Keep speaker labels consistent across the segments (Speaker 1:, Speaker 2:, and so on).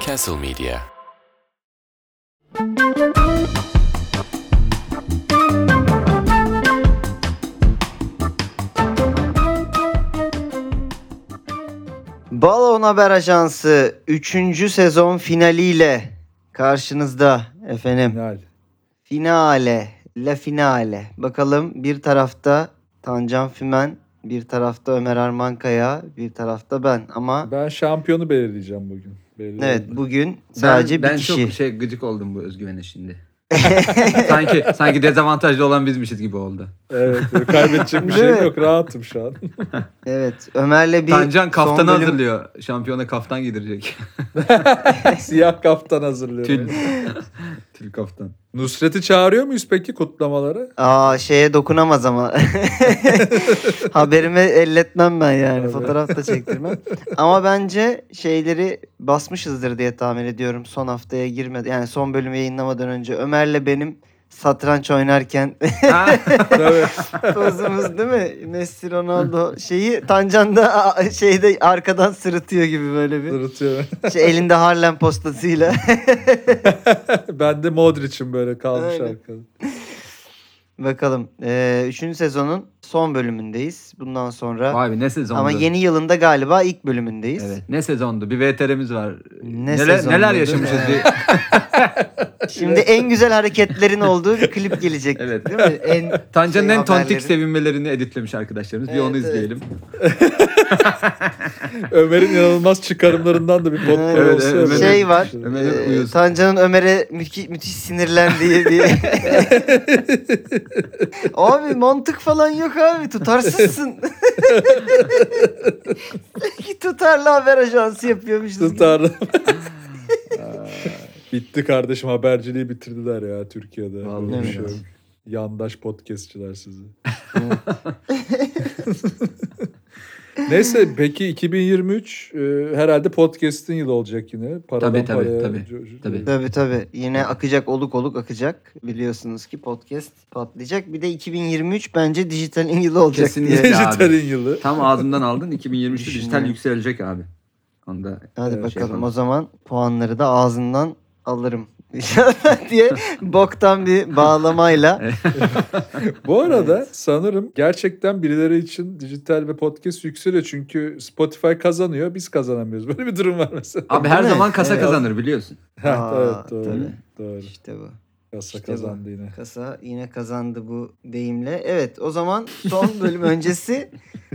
Speaker 1: Castle Media.
Speaker 2: Balon Haber Ajansı 3. sezon finaliyle karşınızda efendim.
Speaker 3: Final.
Speaker 2: Finale, la finale. Bakalım bir tarafta Tancan Fümen, bir tarafta Ömer Armankaya, bir tarafta ben. Ama
Speaker 3: Ben şampiyonu belirleyeceğim bugün. Belli
Speaker 2: evet
Speaker 3: oldu.
Speaker 2: bugün sadece
Speaker 4: ben
Speaker 2: bir kişi.
Speaker 4: çok şey gıcık oldum bu özgüvene şimdi. sanki sanki dezavantajlı olan bizmişiz gibi oldu.
Speaker 3: Evet, böyle kaybedecek bir
Speaker 2: Değil mi?
Speaker 3: şey yok. Rahatım şu an.
Speaker 2: Evet Ömer'le bir
Speaker 4: Tancan kaftanı
Speaker 2: son bölüm-
Speaker 4: hazırlıyor. Şampiyona kaftan giydirecek.
Speaker 3: Siyah kaftan hazırlıyorum.
Speaker 4: Tül. Tül kaftan.
Speaker 3: Nusret'i çağırıyor muyuz peki kutlamalara?
Speaker 2: Aa şeye dokunamaz ama. Haberimi elletmem ben yani.
Speaker 3: Tabii.
Speaker 2: Fotoğraf da çektirmem. ama bence şeyleri basmışızdır diye tahmin ediyorum. Son haftaya girmedi. Yani son bölümü yayınlamadan önce Ömer'le benim satranç oynarken
Speaker 4: Ha,
Speaker 3: Tabii.
Speaker 2: pozumuz değil mi? Messi Ronaldo şeyi Tancan'da a- şeyde arkadan sırıtıyor gibi böyle bir.
Speaker 3: Sırıtıyorum.
Speaker 2: Şey, elinde Harlem postasıyla.
Speaker 3: ben de Modric'im böyle kalmış
Speaker 2: Aynen.
Speaker 3: arkada.
Speaker 2: Bakalım. Ee, üçüncü sezonun son bölümündeyiz. Bundan sonra
Speaker 4: Vay be ne sezondu.
Speaker 2: Ama yeni yılında galiba ilk bölümündeyiz.
Speaker 4: Evet, ne sezondu. Bir VTR'miz var.
Speaker 2: Ne
Speaker 4: neler,
Speaker 2: sezondu,
Speaker 4: neler
Speaker 2: değil mi?
Speaker 4: yaşamışız. Bir...
Speaker 2: Şimdi en güzel hareketlerin olduğu bir klip gelecek.
Speaker 4: Evet.
Speaker 2: Değil mi? En
Speaker 4: Tancan'ın
Speaker 2: şey
Speaker 4: en tontik
Speaker 2: haberleri.
Speaker 4: sevinmelerini editlemiş arkadaşlarımız. Bir
Speaker 2: Evet,
Speaker 4: onu
Speaker 2: evet.
Speaker 4: izleyelim.
Speaker 3: Ömer'in inanılmaz çıkarımlarından da bir pot
Speaker 2: Evet,
Speaker 3: evet,
Speaker 4: evet,
Speaker 3: olsa.
Speaker 4: Ömer'in-
Speaker 2: şey var.
Speaker 4: Ömer'in
Speaker 2: e,
Speaker 4: uyuz.
Speaker 2: Tancan'ın Ömer'e müki- müthiş sinirlendiği diye. abi mantık falan yok abi. Tutarsızsın. Sanki tutarlı haber ajansı yapıyormuşuz. gibi.
Speaker 3: Tutarlı. Aa, Bitti kardeşim haberciliği bitirdiler ya Türkiye'de.
Speaker 4: Vallahi
Speaker 3: Böyle bir şey
Speaker 4: evet.
Speaker 3: yok. Yandaş podcastçiler sizi. Neyse peki 2023 e, herhalde podcast'in yılı olacak yine. Paradan
Speaker 4: Tabii, tabii,
Speaker 3: paraya,
Speaker 4: tabii,
Speaker 3: co- co-
Speaker 4: tabii.
Speaker 2: Tabii tabii. Yine akacak oluk oluk akacak. Biliyorsunuz ki podcast patlayacak. Bir de 2023 bence dijitalin yılı olacak
Speaker 4: Kesinlikle.
Speaker 2: diye.
Speaker 3: Dijitalin yılı.
Speaker 4: Tam ağzımdan aldın. 2023'te dijital
Speaker 2: Düşünüyorum.
Speaker 4: yükselecek abi. Onda
Speaker 2: Hadi
Speaker 4: şey
Speaker 2: bakalım
Speaker 4: yapalım.
Speaker 2: o zaman puanları da ağzından alırım. diye boktan bir bağlamayla.
Speaker 3: Bu arada sanırım gerçekten birileri için dijital ve podcast yükseliyor. Çünkü Spotify kazanıyor biz kazanamıyoruz. Böyle bir durum var mesela.
Speaker 4: Abi her
Speaker 2: Değil mi?
Speaker 4: zaman kasa
Speaker 2: Evet.
Speaker 4: kazanır biliyorsun.
Speaker 3: Ha,
Speaker 2: Aa,
Speaker 3: evet doğru.
Speaker 2: tabii.
Speaker 3: Doğru.
Speaker 2: işte bu.
Speaker 3: Kasa
Speaker 2: İşte bu.
Speaker 3: kazandı yine.
Speaker 2: Kasa yine kazandı bu deyimle. Evet o zaman son bölüm öncesi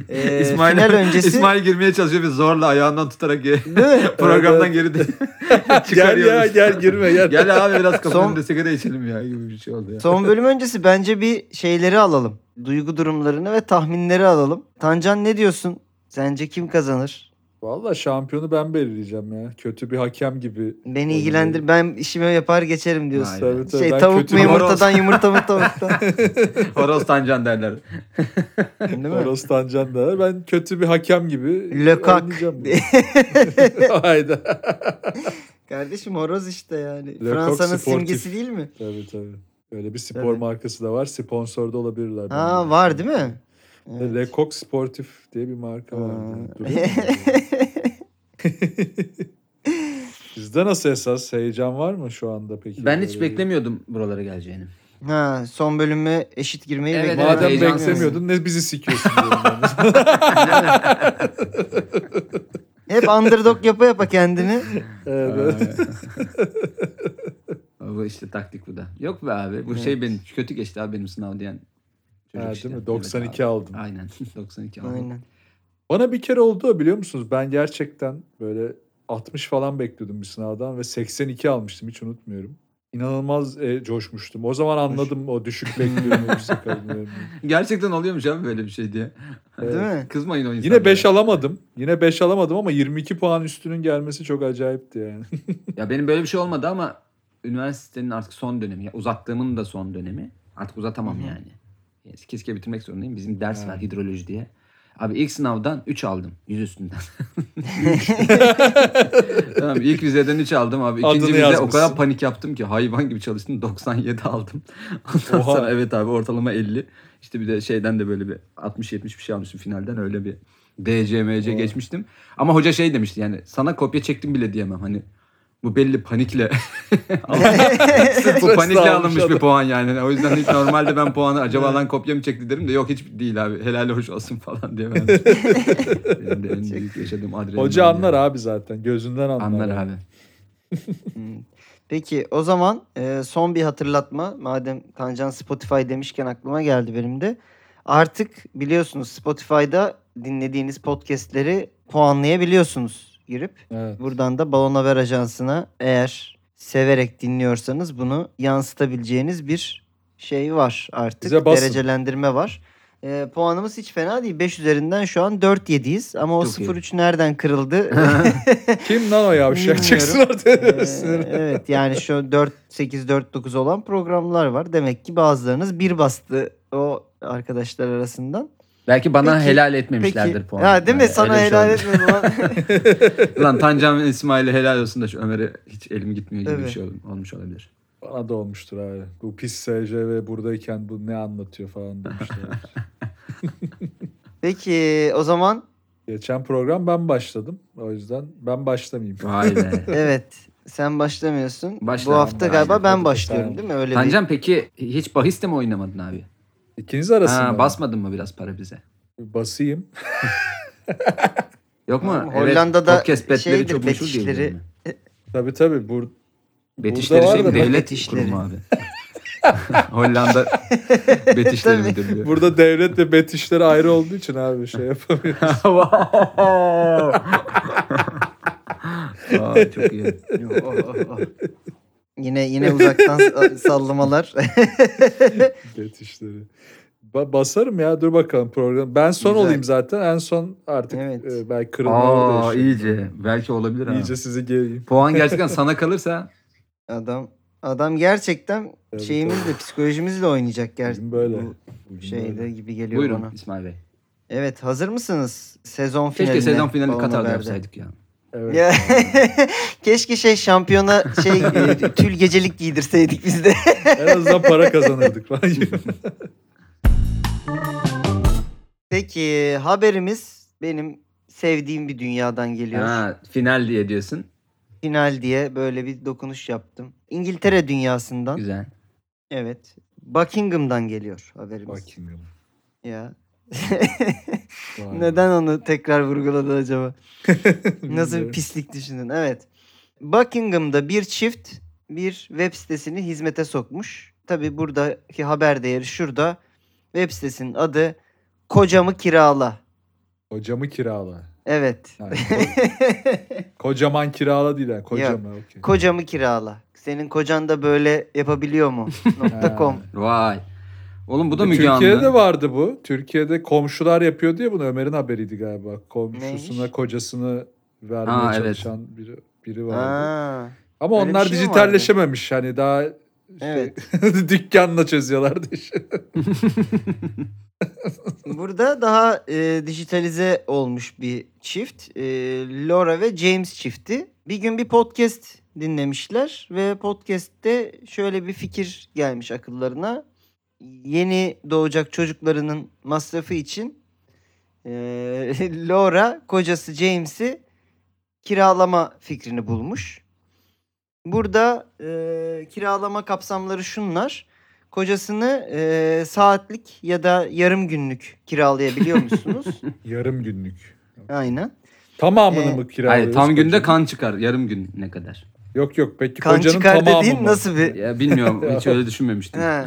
Speaker 2: e,
Speaker 4: İsmail,
Speaker 2: final öncesi
Speaker 4: İsmail girmeye çalışıyor ve zorla ayağından tutarak ge-
Speaker 2: değil mi?
Speaker 4: programdan
Speaker 3: Evet,
Speaker 4: geri de
Speaker 3: Gel
Speaker 4: çıkarıyoruz.
Speaker 3: ya gel girme gel.
Speaker 4: Gel abi biraz
Speaker 2: Son-
Speaker 4: kafanın da sigara içelim ya gibi bir şey oldu ya.
Speaker 2: Son bölüm öncesi bence bir şeyleri alalım. Duygu durumlarını ve tahminleri alalım. Tancan ne diyorsun? Sence kim kazanır?
Speaker 3: Valla şampiyonu ben belirleyeceğim ya. Kötü bir hakem gibi.
Speaker 2: Beni ilgilendir. Ben işimi yapar geçerim diyorsun.
Speaker 4: Aynen.
Speaker 3: Tabii, tabii.
Speaker 2: Şey
Speaker 3: Ben
Speaker 2: tavuk
Speaker 3: kötü
Speaker 2: mu
Speaker 3: bir
Speaker 2: yumurtadan yumurta mı tavuktan?
Speaker 4: Horoz Tancan derler.
Speaker 2: Değil mi?
Speaker 3: Oros Tancan da. Ben kötü bir hakem gibi
Speaker 2: Lökak.
Speaker 3: oynayacağım bunu. Hayda.
Speaker 2: Kardeşim horoz işte yani.
Speaker 3: Lecoq
Speaker 2: Fransa'nın
Speaker 3: sportif.
Speaker 2: simgesi değil mi?
Speaker 3: tabii tabii. Öyle bir spor
Speaker 2: Tabii.
Speaker 3: markası da var. Sponsor da olabilirler. E,
Speaker 2: Ha var değil mi? Evet.
Speaker 3: Lecoq Sportif diye bir marka var.
Speaker 2: Ha.
Speaker 3: Duruyor mu? Sizde nasıl esas heyecan var mı şu anda peki?
Speaker 4: Ben hiç
Speaker 3: Böyle-
Speaker 4: beklemiyordum buralara geleceğini.
Speaker 2: ha son bölüme eşit girmeyi
Speaker 4: Evet,
Speaker 2: bekliyorum.
Speaker 3: Madem
Speaker 4: heyecansız.
Speaker 3: beklemiyordun ne bizi sikiyorsun diyorum ben.
Speaker 2: Hep underdog yapa yapa kendini.
Speaker 3: Evet, evet.
Speaker 4: bu işte taktik bu da. Yok be abi bu şey benim kötü geçti abi benim sınav diyen çocuk
Speaker 3: Ha,
Speaker 4: işte.
Speaker 3: değil mi?
Speaker 4: Evet
Speaker 3: 92
Speaker 4: abi.
Speaker 3: aldın.
Speaker 4: Aynen 92 aldım.
Speaker 2: Aynen.
Speaker 3: Bana bir kere oldu o, biliyor musunuz? Ben gerçekten böyle 60 falan bekliyordum bir sınavdan ve 82 almıştım hiç unutmuyorum. İnanılmaz e, coşmuştum. O zaman anladım o düşük bekliyorum yüksek alıyorum.
Speaker 4: Gerçekten oluyormuş abi böyle bir şey diye.
Speaker 2: Değil mi?
Speaker 4: Kızmayın o insanlara.
Speaker 3: Yine 5 alamadım. Yine 5 alamadım ama 22 puan üstünün gelmesi çok acayipti yani.
Speaker 4: Ya benim böyle bir şey olmadı ama üniversitenin artık son dönemi. Ya uzattığımın da son dönemi. Artık uzatamam yani. Kes- Keşke bitirmek zorundayım. Bizim ders var hidroloji diye. Abi ilk sınavdan 3 aldım. Yüz üstünden. tamam ilk vizeden 3 aldım abi. İkinci
Speaker 3: Adını
Speaker 4: vize o
Speaker 3: yazmışsın.
Speaker 4: kadar panik yaptım ki hayvan gibi çalıştım. 97 aldım. Ondan
Speaker 3: Oha.
Speaker 4: sonra evet abi ortalama 50. İşte bir de şeyden de böyle bir 60-70 bir şey almışım finalden. Öyle bir DCMC
Speaker 3: Oo.
Speaker 4: geçmiştim. Ama hoca şey demişti yani sana kopya çektim bile diyemem hani. Bu belli panikle. Sırf bu
Speaker 3: Stresle
Speaker 4: panikle
Speaker 3: almış
Speaker 4: alınmış bir
Speaker 3: adam.
Speaker 4: puan yani. O yüzden hiç normalde ben puanı acaba lan kopya mı çekti derim de yok hiç değil abi. Helal hoş olsun falan diye vermiş. Benim de en büyük yaşadığım adrenalin.
Speaker 3: Hoca
Speaker 4: yani.
Speaker 3: anlar abi zaten. Gözünden anlar.
Speaker 4: Anlar
Speaker 3: yani.
Speaker 4: abi.
Speaker 2: Peki o zaman e, son bir hatırlatma. Madem Tancan Spotify demişken aklıma geldi benim de. Artık biliyorsunuz Spotify'da dinlediğiniz podcastleri puanlayabiliyorsunuz girip.
Speaker 3: Evet.
Speaker 2: Buradan da Balon Haber Ajansı'na eğer severek dinliyorsanız bunu yansıtabileceğiniz bir şey var artık.
Speaker 3: Bize basın.
Speaker 2: Derecelendirme var. E, puanımız hiç fena değil. 5 üzerinden şu an 4-7'yiz. Ama o
Speaker 4: Çok iyi.
Speaker 2: 0-3 nereden kırıldı?
Speaker 3: Kim lan o
Speaker 2: Bilmiyorum.
Speaker 3: yavşak? Çıksın ortaya.
Speaker 2: Ee,
Speaker 3: Sinir.
Speaker 2: evet yani şu 4 8 4 9 olan programlar var. Demek ki bazılarınız bir bastı o arkadaşlar arasından.
Speaker 4: Belki bana
Speaker 2: Peki,
Speaker 4: helal etmemişlerdir
Speaker 2: Peki.
Speaker 4: puanı.
Speaker 2: Ya değil mi?
Speaker 4: Yani
Speaker 2: Sana
Speaker 4: öyle bir şey
Speaker 2: helal
Speaker 4: oldu.
Speaker 2: etmedim lan.
Speaker 4: Lan Tancan ve İsmail'e helal olsun da şu Ömer'e hiç elim gitmiyor gibi
Speaker 2: Evet.
Speaker 4: bir şey ol- olmuş olabilir.
Speaker 3: Bana da olmuştur abi. Bu pis SCV buradayken bu ne anlatıyor falan demişler.
Speaker 2: Peki o zaman
Speaker 3: Geçen program ben başladım. O yüzden ben başlamayayım.
Speaker 4: Vay be.
Speaker 2: evet sen başlamıyorsun.
Speaker 4: Başla.
Speaker 2: Bu hafta
Speaker 4: Aynen.
Speaker 2: galiba ben
Speaker 3: Hadi
Speaker 2: başlıyorum
Speaker 3: sen.
Speaker 2: değil mi? Öyle değil.
Speaker 4: Tancan peki hiç bahis de mi oynamadın abi?
Speaker 3: İkiniz arasında.
Speaker 4: Ha,
Speaker 3: mı?
Speaker 4: basmadın mı biraz para bize?
Speaker 3: Basayım.
Speaker 4: Yok mu?
Speaker 2: Oğlum, Hollanda'da
Speaker 4: podcast betleri
Speaker 2: şeydir,
Speaker 4: çok meşhur değil
Speaker 2: betişleri-
Speaker 4: mi?
Speaker 3: Tabii tabii. Bur
Speaker 4: Betişleri
Speaker 3: Burada var
Speaker 4: şey
Speaker 3: da
Speaker 4: mi?
Speaker 3: ben-
Speaker 4: Devlet
Speaker 2: Betişleri.
Speaker 4: kurumu abi. Hollanda betişleri
Speaker 2: Tabii.
Speaker 4: müdürlüğü.
Speaker 3: burada devlet ve bet işleri ayrı olduğu için abi şey yapamıyorum.
Speaker 4: Aa, çok iyi.
Speaker 2: Yine yine uzaktan sa- sallamalar.
Speaker 3: bet işleri. Ba- basarım ya dur bakalım program. Ben son
Speaker 2: Güzel.
Speaker 3: olayım zaten. En son artık
Speaker 2: Evet.
Speaker 3: e, belki kırılmaları
Speaker 4: Aa
Speaker 3: da iyice.
Speaker 4: iyice. Belki olabilir ha.
Speaker 3: iyice sizi gereyim.
Speaker 4: Puan gerçekten sana kalırsa
Speaker 2: adam adam gerçekten
Speaker 3: Tabii,
Speaker 2: şeyimizle psikolojimizle oynayacak
Speaker 3: Bugün
Speaker 2: gerçekten.
Speaker 3: böyle.
Speaker 2: Bu
Speaker 3: Bugün
Speaker 2: şeyde
Speaker 3: böyle.
Speaker 2: gibi geliyor
Speaker 4: buyurun
Speaker 2: bana.
Speaker 4: İsmail Bey.
Speaker 2: Evet hazır mısınız? Sezon finaline.
Speaker 4: Keşke sezon finalini
Speaker 2: Balon
Speaker 4: Katar'da
Speaker 2: Haber'de.
Speaker 4: yapsaydık ya.
Speaker 3: Evet.
Speaker 2: Ya, keşke şey şampiyona şey e, tül gecelik giydirseydik biz de.
Speaker 3: en azından para kazanırdık. falan.
Speaker 2: Peki haberimiz benim sevdiğim bir dünyadan geliyor.
Speaker 4: Ha, final diye diyorsun.
Speaker 2: Final diye böyle bir dokunuş yaptım. İngiltere dünyasından.
Speaker 4: Güzel.
Speaker 2: Evet. Buckingham'dan geliyor haberimiz.
Speaker 3: Bakayım.
Speaker 2: Ya.
Speaker 3: Vay.
Speaker 2: Neden onu tekrar vurguladı acaba? Nasıl bir
Speaker 3: Bilmiyorum.
Speaker 2: pislik düşündün. Evet. Buckingham'da bir çift bir web sitesini hizmete sokmuş. Tabi buradaki haber değeri şurada. Web sitesinin adı Kocamı Kirala.
Speaker 3: Kocamı kirala.
Speaker 2: Evet.
Speaker 3: Yani ko- kocaman kirala değil yani. Kocamı. okey.
Speaker 2: Kocamı Kirala. Senin kocan da böyle yapabiliyor mu? Nokta com.
Speaker 3: Ha.
Speaker 4: Vay. Oğlum
Speaker 2: E,
Speaker 4: bu da Müge
Speaker 3: Türkiye'de
Speaker 4: Anlı.
Speaker 3: vardı bu. Türkiye'de komşular yapıyor diye bunu Ömer'in haberiydi galiba. Komşusuna
Speaker 2: Neymiş?
Speaker 3: kocasını vermeye
Speaker 4: Ha, evet.
Speaker 3: çalışan biri, biri vardı.
Speaker 2: Aa,
Speaker 3: Ama
Speaker 2: öyle bir
Speaker 3: onlar
Speaker 2: şey mi
Speaker 3: dijitalleşememiş. Hani daha
Speaker 2: evet.
Speaker 3: dükkanla çözüyorlardı işi.
Speaker 2: Burada daha e, dijitalize olmuş bir çift. E, Laura ve James çifti. Bir gün bir podcast dinlemişler ve podcast'te şöyle bir fikir gelmiş akıllarına. Yeni doğacak çocuklarının masrafı için e, Laura kocası James'i kiralama fikrini bulmuş. Burada e, kiralama kapsamları şunlar kocasını eee, saatlik ya da yarım günlük kiralayabiliyor musunuz?
Speaker 3: Yarım günlük.
Speaker 2: Aynen.
Speaker 3: Tamamını
Speaker 2: Ee,
Speaker 3: mı kiralıyoruz?
Speaker 4: Hayır tam günde
Speaker 3: kocanın?
Speaker 4: kan çıkar. Yarım gün ne kadar?
Speaker 3: Yok yok peki
Speaker 2: Kan
Speaker 3: kocanın
Speaker 2: çıkar
Speaker 3: tamamı
Speaker 2: dediğin
Speaker 3: mı?
Speaker 2: nasıl bir...
Speaker 4: Ya bilmiyorum hiç öyle düşünmemiştim.
Speaker 2: Ha.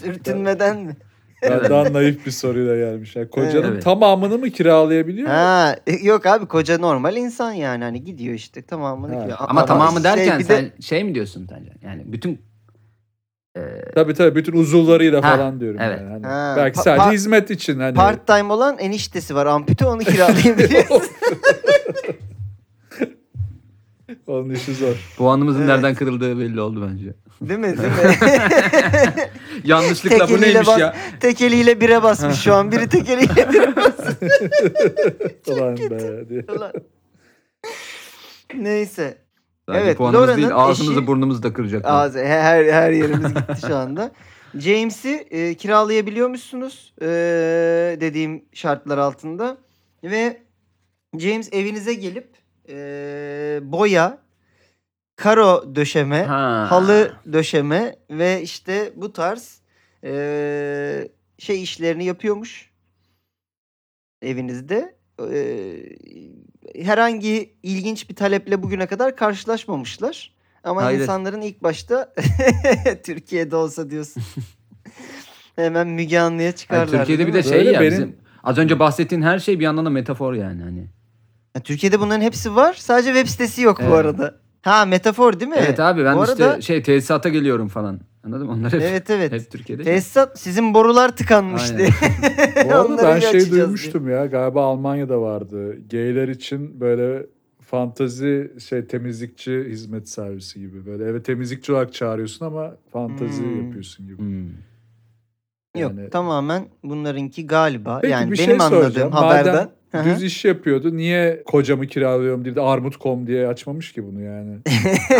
Speaker 2: Sürtünmeden mi?
Speaker 3: Ben
Speaker 4: Evet.
Speaker 3: daha naif bir soruyla gelmiş. Yani kocanın
Speaker 4: Evet.
Speaker 3: tamamını mı kiralayabiliyor?
Speaker 2: Ha, e, yok abi koca normal insan yani hani gidiyor işte tamamını
Speaker 3: Ha.
Speaker 2: kira-
Speaker 4: Ama tamamı
Speaker 2: şey
Speaker 4: derken
Speaker 2: bir de-
Speaker 4: sen şey mi diyorsun Tancan? Yani bütün
Speaker 3: Tabii tabii bütün uzuvlarıyla
Speaker 4: Ha,
Speaker 3: falan diyorum.
Speaker 4: evet.
Speaker 3: Yani. Hani
Speaker 2: Ha,
Speaker 3: Belki
Speaker 2: pa-
Speaker 3: sadece
Speaker 2: pa-
Speaker 3: hizmet için hani.
Speaker 2: Part time olan eniştesi var ampute onu kiralayabiliyor.
Speaker 3: Onun işi zor.
Speaker 4: puanımızın
Speaker 2: Evet.
Speaker 4: nereden kırıldığı belli oldu bence.
Speaker 2: değil mi? Değil mi?
Speaker 4: Yanlışlıkla bu
Speaker 2: Tekeliyle
Speaker 4: neymiş
Speaker 2: bas-
Speaker 4: ya?
Speaker 2: tek eliyle bire basmış şu an biri tek eliyle bire
Speaker 3: Ulan be diye.
Speaker 2: basıyor. Neyse.
Speaker 4: Sadece
Speaker 2: Evet,
Speaker 4: puanımız
Speaker 2: Laura'nın
Speaker 4: değil ağzımızı
Speaker 2: eşi-
Speaker 4: burnumuzu da kıracak.
Speaker 2: Ağzı, he- her her yerimiz gitti şu anda. James'i e, kiralayabiliyormuşsunuz e, dediğim şartlar altında. Ve James evinize gelip e, boya, karo döşeme,
Speaker 4: Ha.
Speaker 2: halı döşeme ve işte bu tarz e, şey işlerini yapıyormuş evinizde. E, herhangi ilginç bir taleple bugüne kadar karşılaşmamışlar. Ama
Speaker 4: Hayret.
Speaker 2: insanların ilk başta Türkiye'de olsa diyorsun. Hemen Müge Anlı'ya
Speaker 4: Hayır,
Speaker 2: çıkarlar.
Speaker 4: Türkiye'de bir
Speaker 2: değil
Speaker 4: de
Speaker 2: mi?
Speaker 4: şey
Speaker 3: Böyle
Speaker 4: ya
Speaker 3: benim-
Speaker 4: bizim az önce bahsettiğin her şey bir yandan da metafor yani hani.
Speaker 2: Ya Türkiye'de bunların hepsi var. Sadece web sitesi yok
Speaker 4: Evet.
Speaker 2: bu arada. Ha metafor değil mi?
Speaker 4: Evet, abi ben
Speaker 2: bu
Speaker 4: işte
Speaker 2: arada-
Speaker 4: şey tesisata geliyorum falan. Anladın mı? Onlar hep,
Speaker 2: Evet evet.
Speaker 4: hep Türkiye'de.
Speaker 2: Tesisat sizin borular tıkanmıştı.
Speaker 4: Aynen.
Speaker 3: Bu arada
Speaker 2: Onları
Speaker 3: ben
Speaker 2: bir
Speaker 3: şey
Speaker 2: açacağız diye.
Speaker 3: duymuştum ya galiba Almanya'da vardı. Gayler için böyle fantazi şey temizlikçi hizmet servisi gibi. Böyle eve temizlikçi olarak çağırıyorsun ama fantazi
Speaker 2: Hmm.
Speaker 3: yapıyorsun gibi.
Speaker 4: Hmm.
Speaker 2: Yok
Speaker 3: Yani-
Speaker 2: tamamen bunlarınki galiba.
Speaker 3: Peki
Speaker 2: yani
Speaker 3: bir
Speaker 2: benim
Speaker 3: şey
Speaker 2: anladığım
Speaker 3: soracağım.
Speaker 2: haberden. Hı
Speaker 3: Madem
Speaker 2: hı.
Speaker 3: düz iş yapıyordu niye kocamı kiralıyorum diye de armut.com diye açmamış ki bunu yani.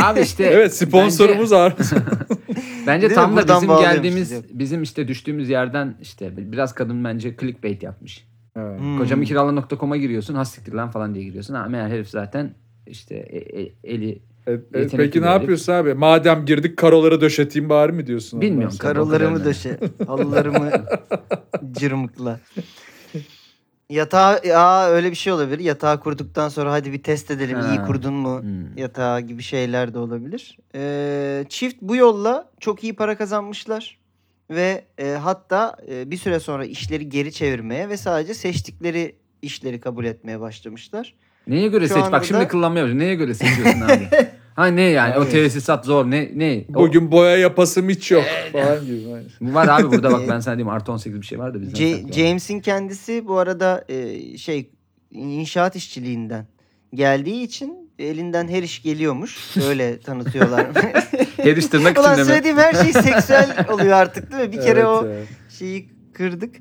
Speaker 4: Abi işte
Speaker 3: evet sponsorumuz armut.
Speaker 4: Bence,
Speaker 2: Değil mi?
Speaker 4: bence tam da
Speaker 2: Buradan
Speaker 4: bizim
Speaker 2: bağlıyormuşuz
Speaker 4: geldiğimiz
Speaker 2: yok.
Speaker 4: bizim işte düştüğümüz yerden işte biraz kadın bence clickbait yapmış.
Speaker 3: Evet.
Speaker 2: Hmm.
Speaker 4: Kocamı kirala.com'a giriyorsun. Ha siktir lan falan diye giriyorsun. Ha meğer herif zaten işte e- e- eli
Speaker 3: E, e,
Speaker 4: Yetenekli
Speaker 3: peki
Speaker 4: bir
Speaker 3: ne
Speaker 4: herif.
Speaker 3: yapıyorsun abi? Madem girdik karoları döşeteyim bari mi diyorsun? ondan
Speaker 4: Bilmiyorum.
Speaker 3: sonra?
Speaker 2: Karılarımı
Speaker 4: Kadın
Speaker 2: döşe. Halılarımı cırmıkla. Yatağı aa, öyle bir şey olabilir. Yatağı kurduktan sonra hadi bir test edelim. iyi
Speaker 4: Ha.
Speaker 2: kurdun mu
Speaker 4: Hmm.
Speaker 2: yatağı gibi şeyler de olabilir. Ee, çift bu yolla çok iyi para kazanmışlar. Ve e, hatta e, bir süre sonra işleri geri çevirmeye ve sadece seçtikleri işleri kabul etmeye başlamışlar.
Speaker 4: Neye göre
Speaker 2: Şu
Speaker 4: seç?
Speaker 2: anda
Speaker 4: Bak şimdi
Speaker 2: da-
Speaker 4: kullanmaya başladım. Neye göre seçiyorsun abi? Ha ne yani? O
Speaker 2: Abi.
Speaker 4: tesisat zor. Ne? ne? O-
Speaker 3: Bugün boya yapasım hiç yok falan gibi.
Speaker 4: var abi burada bak ben sana diyeyim. Artı 18 bir şey var da bizden.
Speaker 2: Ce-
Speaker 4: saklıyor.
Speaker 2: James'in kendisi bu arada e, şey inşaat işçiliğinden geldiği için elinden her iş geliyormuş. Öyle tanıtıyorlar.
Speaker 4: Geliştirmek için
Speaker 2: Ulan
Speaker 4: de mi?
Speaker 2: söylediğim her şey seksüel oluyor artık değil mi? Bir kere
Speaker 3: Evet
Speaker 2: o
Speaker 3: ya.
Speaker 2: şeyi kırdık.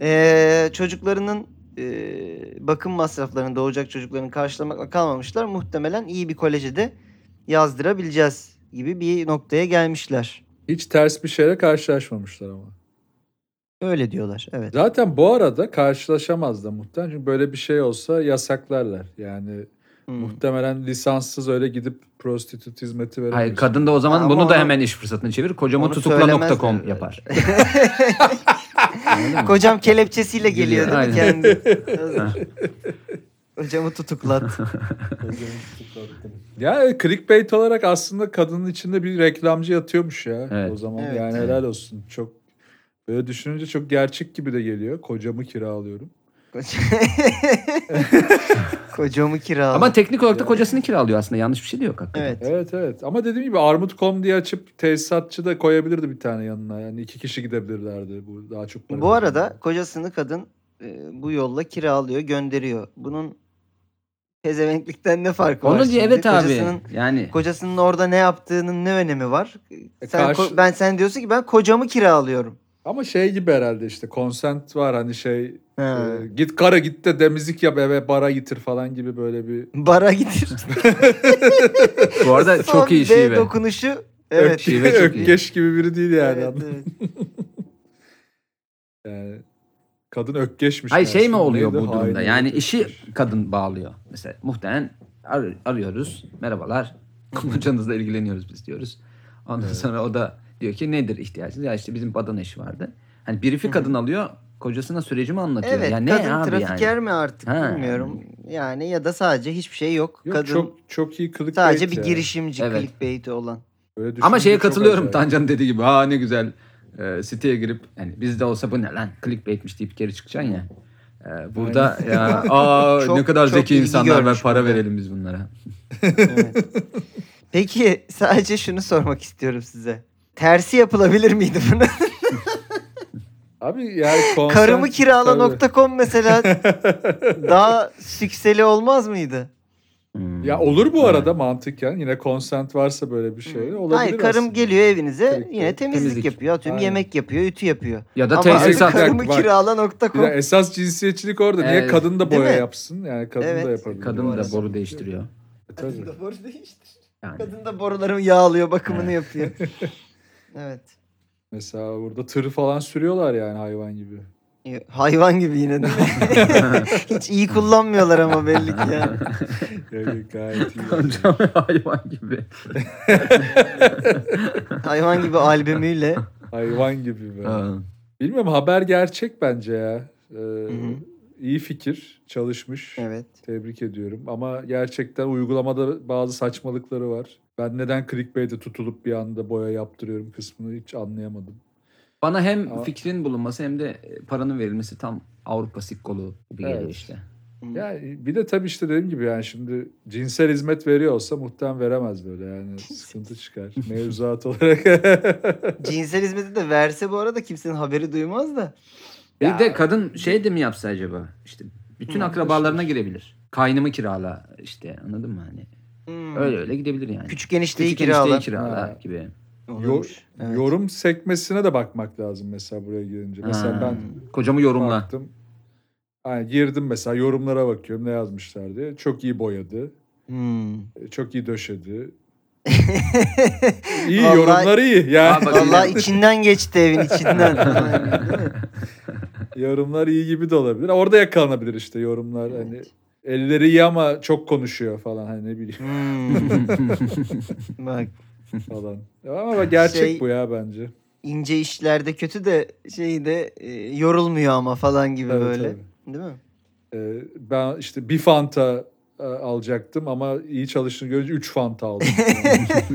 Speaker 2: Ee, çocuklarının e, bakım masraflarını doğacak çocukların karşılamakla kalmamışlar. Muhtemelen iyi bir koleje de yazdırabileceğiz gibi bir noktaya gelmişler.
Speaker 3: Hiç ters bir şeyle karşılaşmamışlar ama.
Speaker 2: Öyle diyorlar evet.
Speaker 3: Zaten bu arada karşılaşamaz da muhtemelen. Çünkü böyle bir şey olsa yasaklarlar. Yani
Speaker 2: Hmm.
Speaker 3: muhtemelen lisanssız öyle gidip prostitut hizmeti veremiyorsun.
Speaker 4: Hayır kadın da o zaman
Speaker 2: Ama
Speaker 4: bunu da
Speaker 2: onu-
Speaker 4: hemen iş fırsatına çevir. Kocamı
Speaker 2: Onu
Speaker 4: tutukla.com
Speaker 2: söylemezler.
Speaker 4: yapar.
Speaker 2: Kocam kelepçesiyle geliyor değil mi
Speaker 4: Aynen.
Speaker 2: kendi? Hocamı tutuklat.
Speaker 3: Ya clickbait olarak aslında kadının içinde bir reklamcı yatıyormuş ya
Speaker 4: Evet.
Speaker 3: o zaman.
Speaker 2: Evet.
Speaker 3: yani helal olsun. Çok böyle düşününce çok gerçek gibi de geliyor. Kocamı kiralıyorum.
Speaker 2: Kocamı kiraladım.
Speaker 4: Ama teknik
Speaker 2: Ee,
Speaker 4: olarak da kocasını kiralıyor aslında. Yanlış bir şey de yok hakikaten.
Speaker 2: evet.
Speaker 3: Evet evet. Ama dediğim gibi armut.com diye açıp tesisatçı da koyabilirdi bir tane yanına. Yani iki kişi gidebilirlerdi. Bu daha çok para
Speaker 2: Bu arada
Speaker 3: kazanıyor.
Speaker 2: kocasını kadın e, bu yolla kiralıyor, gönderiyor. Bunun pezevenklikten ne farkı var?
Speaker 4: Onu diye
Speaker 2: şimdi?
Speaker 4: evet abi.
Speaker 2: Kocasının,
Speaker 4: Yani
Speaker 2: kocasının orada ne yaptığının ne önemi var?
Speaker 3: E,
Speaker 2: Sen
Speaker 3: karşı-
Speaker 2: ko- ben sen diyorsun ki ben kocamı kiralıyorum.
Speaker 3: Ama şey gibi herhalde işte konsent var hani şey
Speaker 2: Ha.
Speaker 3: e, git kara git de temizlik yap eve bara getir falan gibi böyle bir
Speaker 2: Bara gidir.
Speaker 4: bu arada
Speaker 2: Son
Speaker 4: çok iyi şey
Speaker 2: D
Speaker 4: şive.
Speaker 2: dokunuşu. Evet.
Speaker 3: Öp-
Speaker 4: şive çok iyi.
Speaker 3: öpkeş gibi biri değil yani.
Speaker 2: evet,
Speaker 3: anladın mı?
Speaker 2: evet.
Speaker 3: Yani kadın ökkeşmiş.
Speaker 4: Hayır şey mi
Speaker 3: meğerse.
Speaker 4: oluyor
Speaker 3: Neydi?
Speaker 4: bu durumda?
Speaker 3: Hain
Speaker 4: Yani
Speaker 3: ökkeşmiş.
Speaker 4: işi kadın bağlıyor. Mesela muhtemelen ar- arıyoruz. Merhabalar. Kocanızla ilgileniyoruz biz diyoruz. Ondan sonra o da diyor ki nedir ihtiyacınız? Ya işte bizim badana işi vardı. Hani birifi kadın alıyor. Kocasına süreci mi anlatıyor?
Speaker 2: Evet,
Speaker 4: ya ne
Speaker 2: kadın
Speaker 4: abi
Speaker 2: trafiker
Speaker 4: yani?
Speaker 2: mi artık
Speaker 4: Ha.
Speaker 2: bilmiyorum. Yani ya da sadece hiçbir şey yok.
Speaker 3: Yok,
Speaker 2: kadın
Speaker 3: çok çok iyi clickbait
Speaker 2: sadece bir
Speaker 3: ya.
Speaker 2: girişimci
Speaker 4: Evet.
Speaker 2: clickbait'i olan.
Speaker 3: Öyle
Speaker 4: Ama
Speaker 3: düşününce
Speaker 4: şeye
Speaker 3: çok
Speaker 4: katılıyorum
Speaker 3: acayip.
Speaker 4: Tancan dediği gibi. Ha ne güzel e, siteye girip hani bizde olsa bu ne lan clickbaitmiş deyip geri çıkacaksın ya. E, burada ya aa
Speaker 2: Çok-
Speaker 4: ne kadar
Speaker 2: çok
Speaker 4: zeki
Speaker 2: ilgi
Speaker 4: insanlar ve
Speaker 2: görmüş
Speaker 4: para
Speaker 2: burada.
Speaker 4: verelim biz bunlara.
Speaker 2: Evet. Peki sadece şunu sormak istiyorum size. Tersi yapılabilir miydi bunu?
Speaker 3: Abi yani konsent,
Speaker 2: Karımı
Speaker 3: tabii.
Speaker 2: kirala.com mesela daha sükseli olmaz mıydı?
Speaker 4: Hmm.
Speaker 3: Ya olur bu arada mantıken. Yine konsent varsa böyle bir şey olabilir
Speaker 2: Hayır karım
Speaker 3: aslında.
Speaker 2: geliyor evinize
Speaker 3: Tabii ki.
Speaker 2: yine temizlik,
Speaker 4: Temizlik.
Speaker 2: yapıyor. Atıyorum
Speaker 3: Aynen.
Speaker 2: yemek yapıyor, ütü yapıyor.
Speaker 4: Ya da
Speaker 2: Ama
Speaker 4: tesisat.
Speaker 3: Bak,
Speaker 2: karımı
Speaker 3: bak. Bir
Speaker 2: kirala.com
Speaker 3: de esas cinsiyetçilik orada. Niye
Speaker 4: Evet. E,
Speaker 3: kadın da
Speaker 2: Değil
Speaker 3: boya
Speaker 2: mi?
Speaker 3: yapsın? Yani kadın
Speaker 2: Evet.
Speaker 3: da yapabilir.
Speaker 4: Kadın da
Speaker 3: Orası.
Speaker 4: boru değiştiriyor.
Speaker 3: Tabii.
Speaker 2: Kadın da boru değiştir.
Speaker 4: Yani.
Speaker 2: Kadın da borularımı yağlıyor, bakımını yapıyor. evet.
Speaker 3: Mesela orada tırı falan sürüyorlar yani hayvan gibi.
Speaker 2: E, Hayvan gibi yine de. Hiç iyi kullanmıyorlar ama belli ki yani.
Speaker 3: Yani gayet iyi.
Speaker 4: Amcam hayvan gibi.
Speaker 2: Hayvan gibi albümüyle.
Speaker 3: hayvan gibi böyle.
Speaker 4: Ha.
Speaker 3: Bilmiyorum haber gerçek bence ya. Ee,
Speaker 2: hı.
Speaker 3: iyi fikir, çalışmış.
Speaker 2: Evet.
Speaker 3: Tebrik ediyorum. Ama gerçekten uygulamada bazı saçmalıkları var. Ben neden clickbait'e tutulup bir anda boya yaptırıyorum kısmını hiç anlayamadım.
Speaker 4: Bana hem
Speaker 3: Ama-
Speaker 4: fikrin bulunması hem de e, paranın verilmesi tam Avrupa sikkolu gibi geliyor
Speaker 3: Evet.
Speaker 4: işte.
Speaker 3: Yani e, bir de tabii işte dediğim gibi yani şimdi cinsel hizmet veriyor olsa muhtemelen veremez böyle yani sıkıntı çıkar mevzuat olarak.
Speaker 2: Cinsel hizmeti de verse bu arada kimsenin haberi duymaz da.
Speaker 4: Bir de kadın şey de mi yapsa acaba? İşte bütün akrabalarına girebilir. Kaynımı kirala işte anladın mı hani?
Speaker 2: Hmm.
Speaker 4: Öyle öyle gidebilir yani.
Speaker 2: Küçük enişteyi
Speaker 4: Küçük enişteyi
Speaker 2: kirala.
Speaker 4: kirala
Speaker 3: Ha.
Speaker 4: gibi.
Speaker 3: Yo-
Speaker 2: Olurmuş. Evet.
Speaker 3: Yorum sekmesine de bakmak lazım mesela buraya girince. Mesela
Speaker 4: Ha.
Speaker 3: ben
Speaker 4: Kocamı yorumla.
Speaker 3: baktım. Ha, girdim mesela yorumlara bakıyorum ne yazmışlar diye. Çok iyi boyadı. e,
Speaker 2: Hmm.
Speaker 3: Çok iyi döşedi. İyi
Speaker 2: Vallahi-
Speaker 3: yorumları iyi.
Speaker 4: Aa,
Speaker 3: Yani
Speaker 4: bak-
Speaker 2: Vallahi içinden geçti evin içinden. Aynen, değil mi?
Speaker 3: yorumlar iyi gibi de olabilir. Orada yakalanabilir işte yorumlar hani elleri iyi ama çok konuşuyor falan hani ne bileyim
Speaker 2: Hmm. Bak
Speaker 3: falan. Ama gerçek
Speaker 2: Şey-
Speaker 3: bu ya bence.
Speaker 2: ince işlerde kötü de şeyde e, yorulmuyor ama falan gibi
Speaker 3: Evet,
Speaker 2: böyle.
Speaker 3: tabii.
Speaker 2: Değil mi?
Speaker 3: Ee, ben işte bir fanta e, alacaktım ama iyi çalıştığını görünce 3 fanta aldım.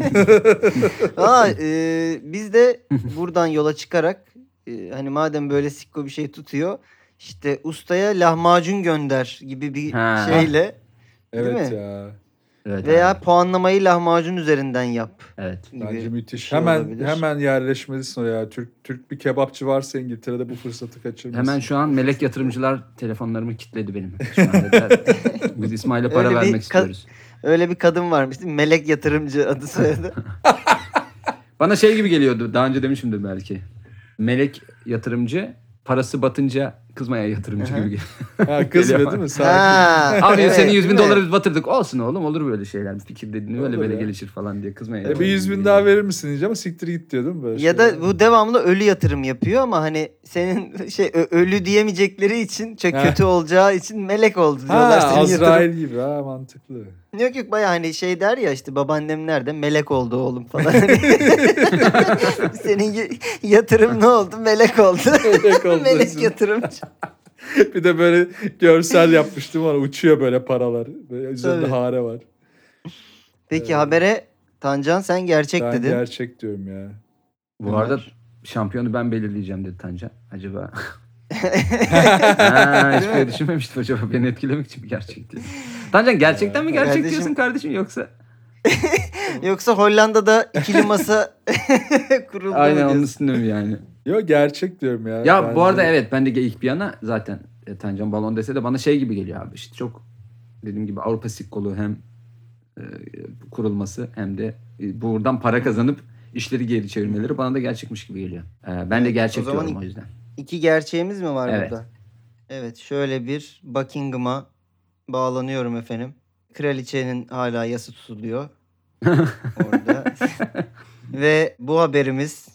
Speaker 2: Aa, e, biz de buradan yola çıkarak e, hani madem böyle sikko bir şey tutuyor işte ustaya lahmacun gönder gibi bir
Speaker 4: Ha.
Speaker 2: şeyle
Speaker 3: evet
Speaker 2: mi?
Speaker 3: ya.
Speaker 4: Evet,
Speaker 2: veya
Speaker 4: abi,
Speaker 2: puanlamayı lahmacun üzerinden yap
Speaker 4: evet.
Speaker 2: gibi.
Speaker 3: Bence müthiş.
Speaker 2: şey
Speaker 3: hemen
Speaker 2: olabilir.
Speaker 3: hemen yerleşmelisin o ya. Türk Türk bir kebapçı varsa İngiltere'de bu fırsatı kaçırmasın.
Speaker 4: Hemen şu an melek yatırımcılar telefonlarımı kilitledi benim. Şu anda da biz İsmail'e para
Speaker 2: Öyle bir
Speaker 4: vermek
Speaker 2: ka-
Speaker 4: istiyoruz.
Speaker 2: Öyle bir kadın varmış değil mi? Melek yatırımcı adı soyadı.
Speaker 4: Bana şey gibi geliyordu. Daha önce demişimdir belki. Melek yatırımcı parası batınca kızmaya yatırımcı
Speaker 2: Aha.
Speaker 4: gibi geliyor.
Speaker 3: Ha, kızmıyor
Speaker 4: Geliyor.
Speaker 3: değil mi? Sakin.
Speaker 2: ha,
Speaker 4: Abi
Speaker 2: evet,
Speaker 4: senin 100 bin
Speaker 2: değil mi?
Speaker 4: doları biz batırdık. Olsun oğlum olur böyle şeyler. Fikir dediğini böyle
Speaker 3: Olur
Speaker 4: böyle
Speaker 3: ya.
Speaker 4: gelişir falan diye kızmaya.
Speaker 3: E, bir
Speaker 4: yatırımcı
Speaker 3: 100 bin
Speaker 4: gibi
Speaker 3: daha
Speaker 4: geliyor.
Speaker 3: verir misin diyeceğim ama siktir git diyor değil mi böyle?
Speaker 2: Ya
Speaker 3: şeyler?
Speaker 2: da bu devamlı ölü yatırım yapıyor ama hani senin şey ö- ölü diyemeyecekleri için çok
Speaker 3: Ha.
Speaker 2: kötü olacağı için melek oldu diyorlar.
Speaker 3: ha,
Speaker 2: senin yatırım.
Speaker 3: Azrail gibi ha mantıklı.
Speaker 2: Yok yok baya hani şey der ya işte babaannem nerede melek oldu oğlum falan. senin y- yatırım ne oldu melek oldu.
Speaker 3: Melek oldu.
Speaker 2: melek yatırımcı.
Speaker 3: bir de böyle görsel yapmıştım ona uçuyor böyle paralar. Böyle üzerinde
Speaker 2: Tabii.
Speaker 3: hare var.
Speaker 2: Peki
Speaker 3: Evet.
Speaker 2: habere Tancan sen gerçek
Speaker 3: ben
Speaker 2: dedin.
Speaker 3: gerçek diyorum ya.
Speaker 4: Bu arada şampiyonu ben belirleyeceğim dedi Tancan. Acaba... ha, hiç böyle düşünmemiştim acaba beni etkilemek için mi gerçek diye. Tancan gerçekten mi gerçek
Speaker 2: Ee, Kardeşim-
Speaker 4: diyorsun kardeşim yoksa?
Speaker 2: Yoksa Hollanda'da ikili masa kuruldu mu
Speaker 4: Aynen onun
Speaker 2: diyorsun?
Speaker 4: üstünde mi yani?
Speaker 3: Yok gerçek diyorum ya. hani
Speaker 4: Ya
Speaker 3: Bence-
Speaker 4: bu arada evet ben de geyik bir yana zaten e, Tancan Balon dese de bana şey gibi geliyor abi işte çok dediğim gibi Avrupa sikkolu hem e, kurulması hem de e, buradan para kazanıp işleri geri çevirmeleri bana da gerçekmiş gibi geliyor. E, ben de gerçek
Speaker 2: o zaman
Speaker 4: diyorum
Speaker 2: ilk-
Speaker 4: o yüzden.
Speaker 2: İki gerçeğimiz mi var
Speaker 4: Evet.
Speaker 2: burada? Evet şöyle bir Buckingham'a bağlanıyorum efendim. Kraliçenin hala yası tutuluyor. orada. Ve bu haberimiz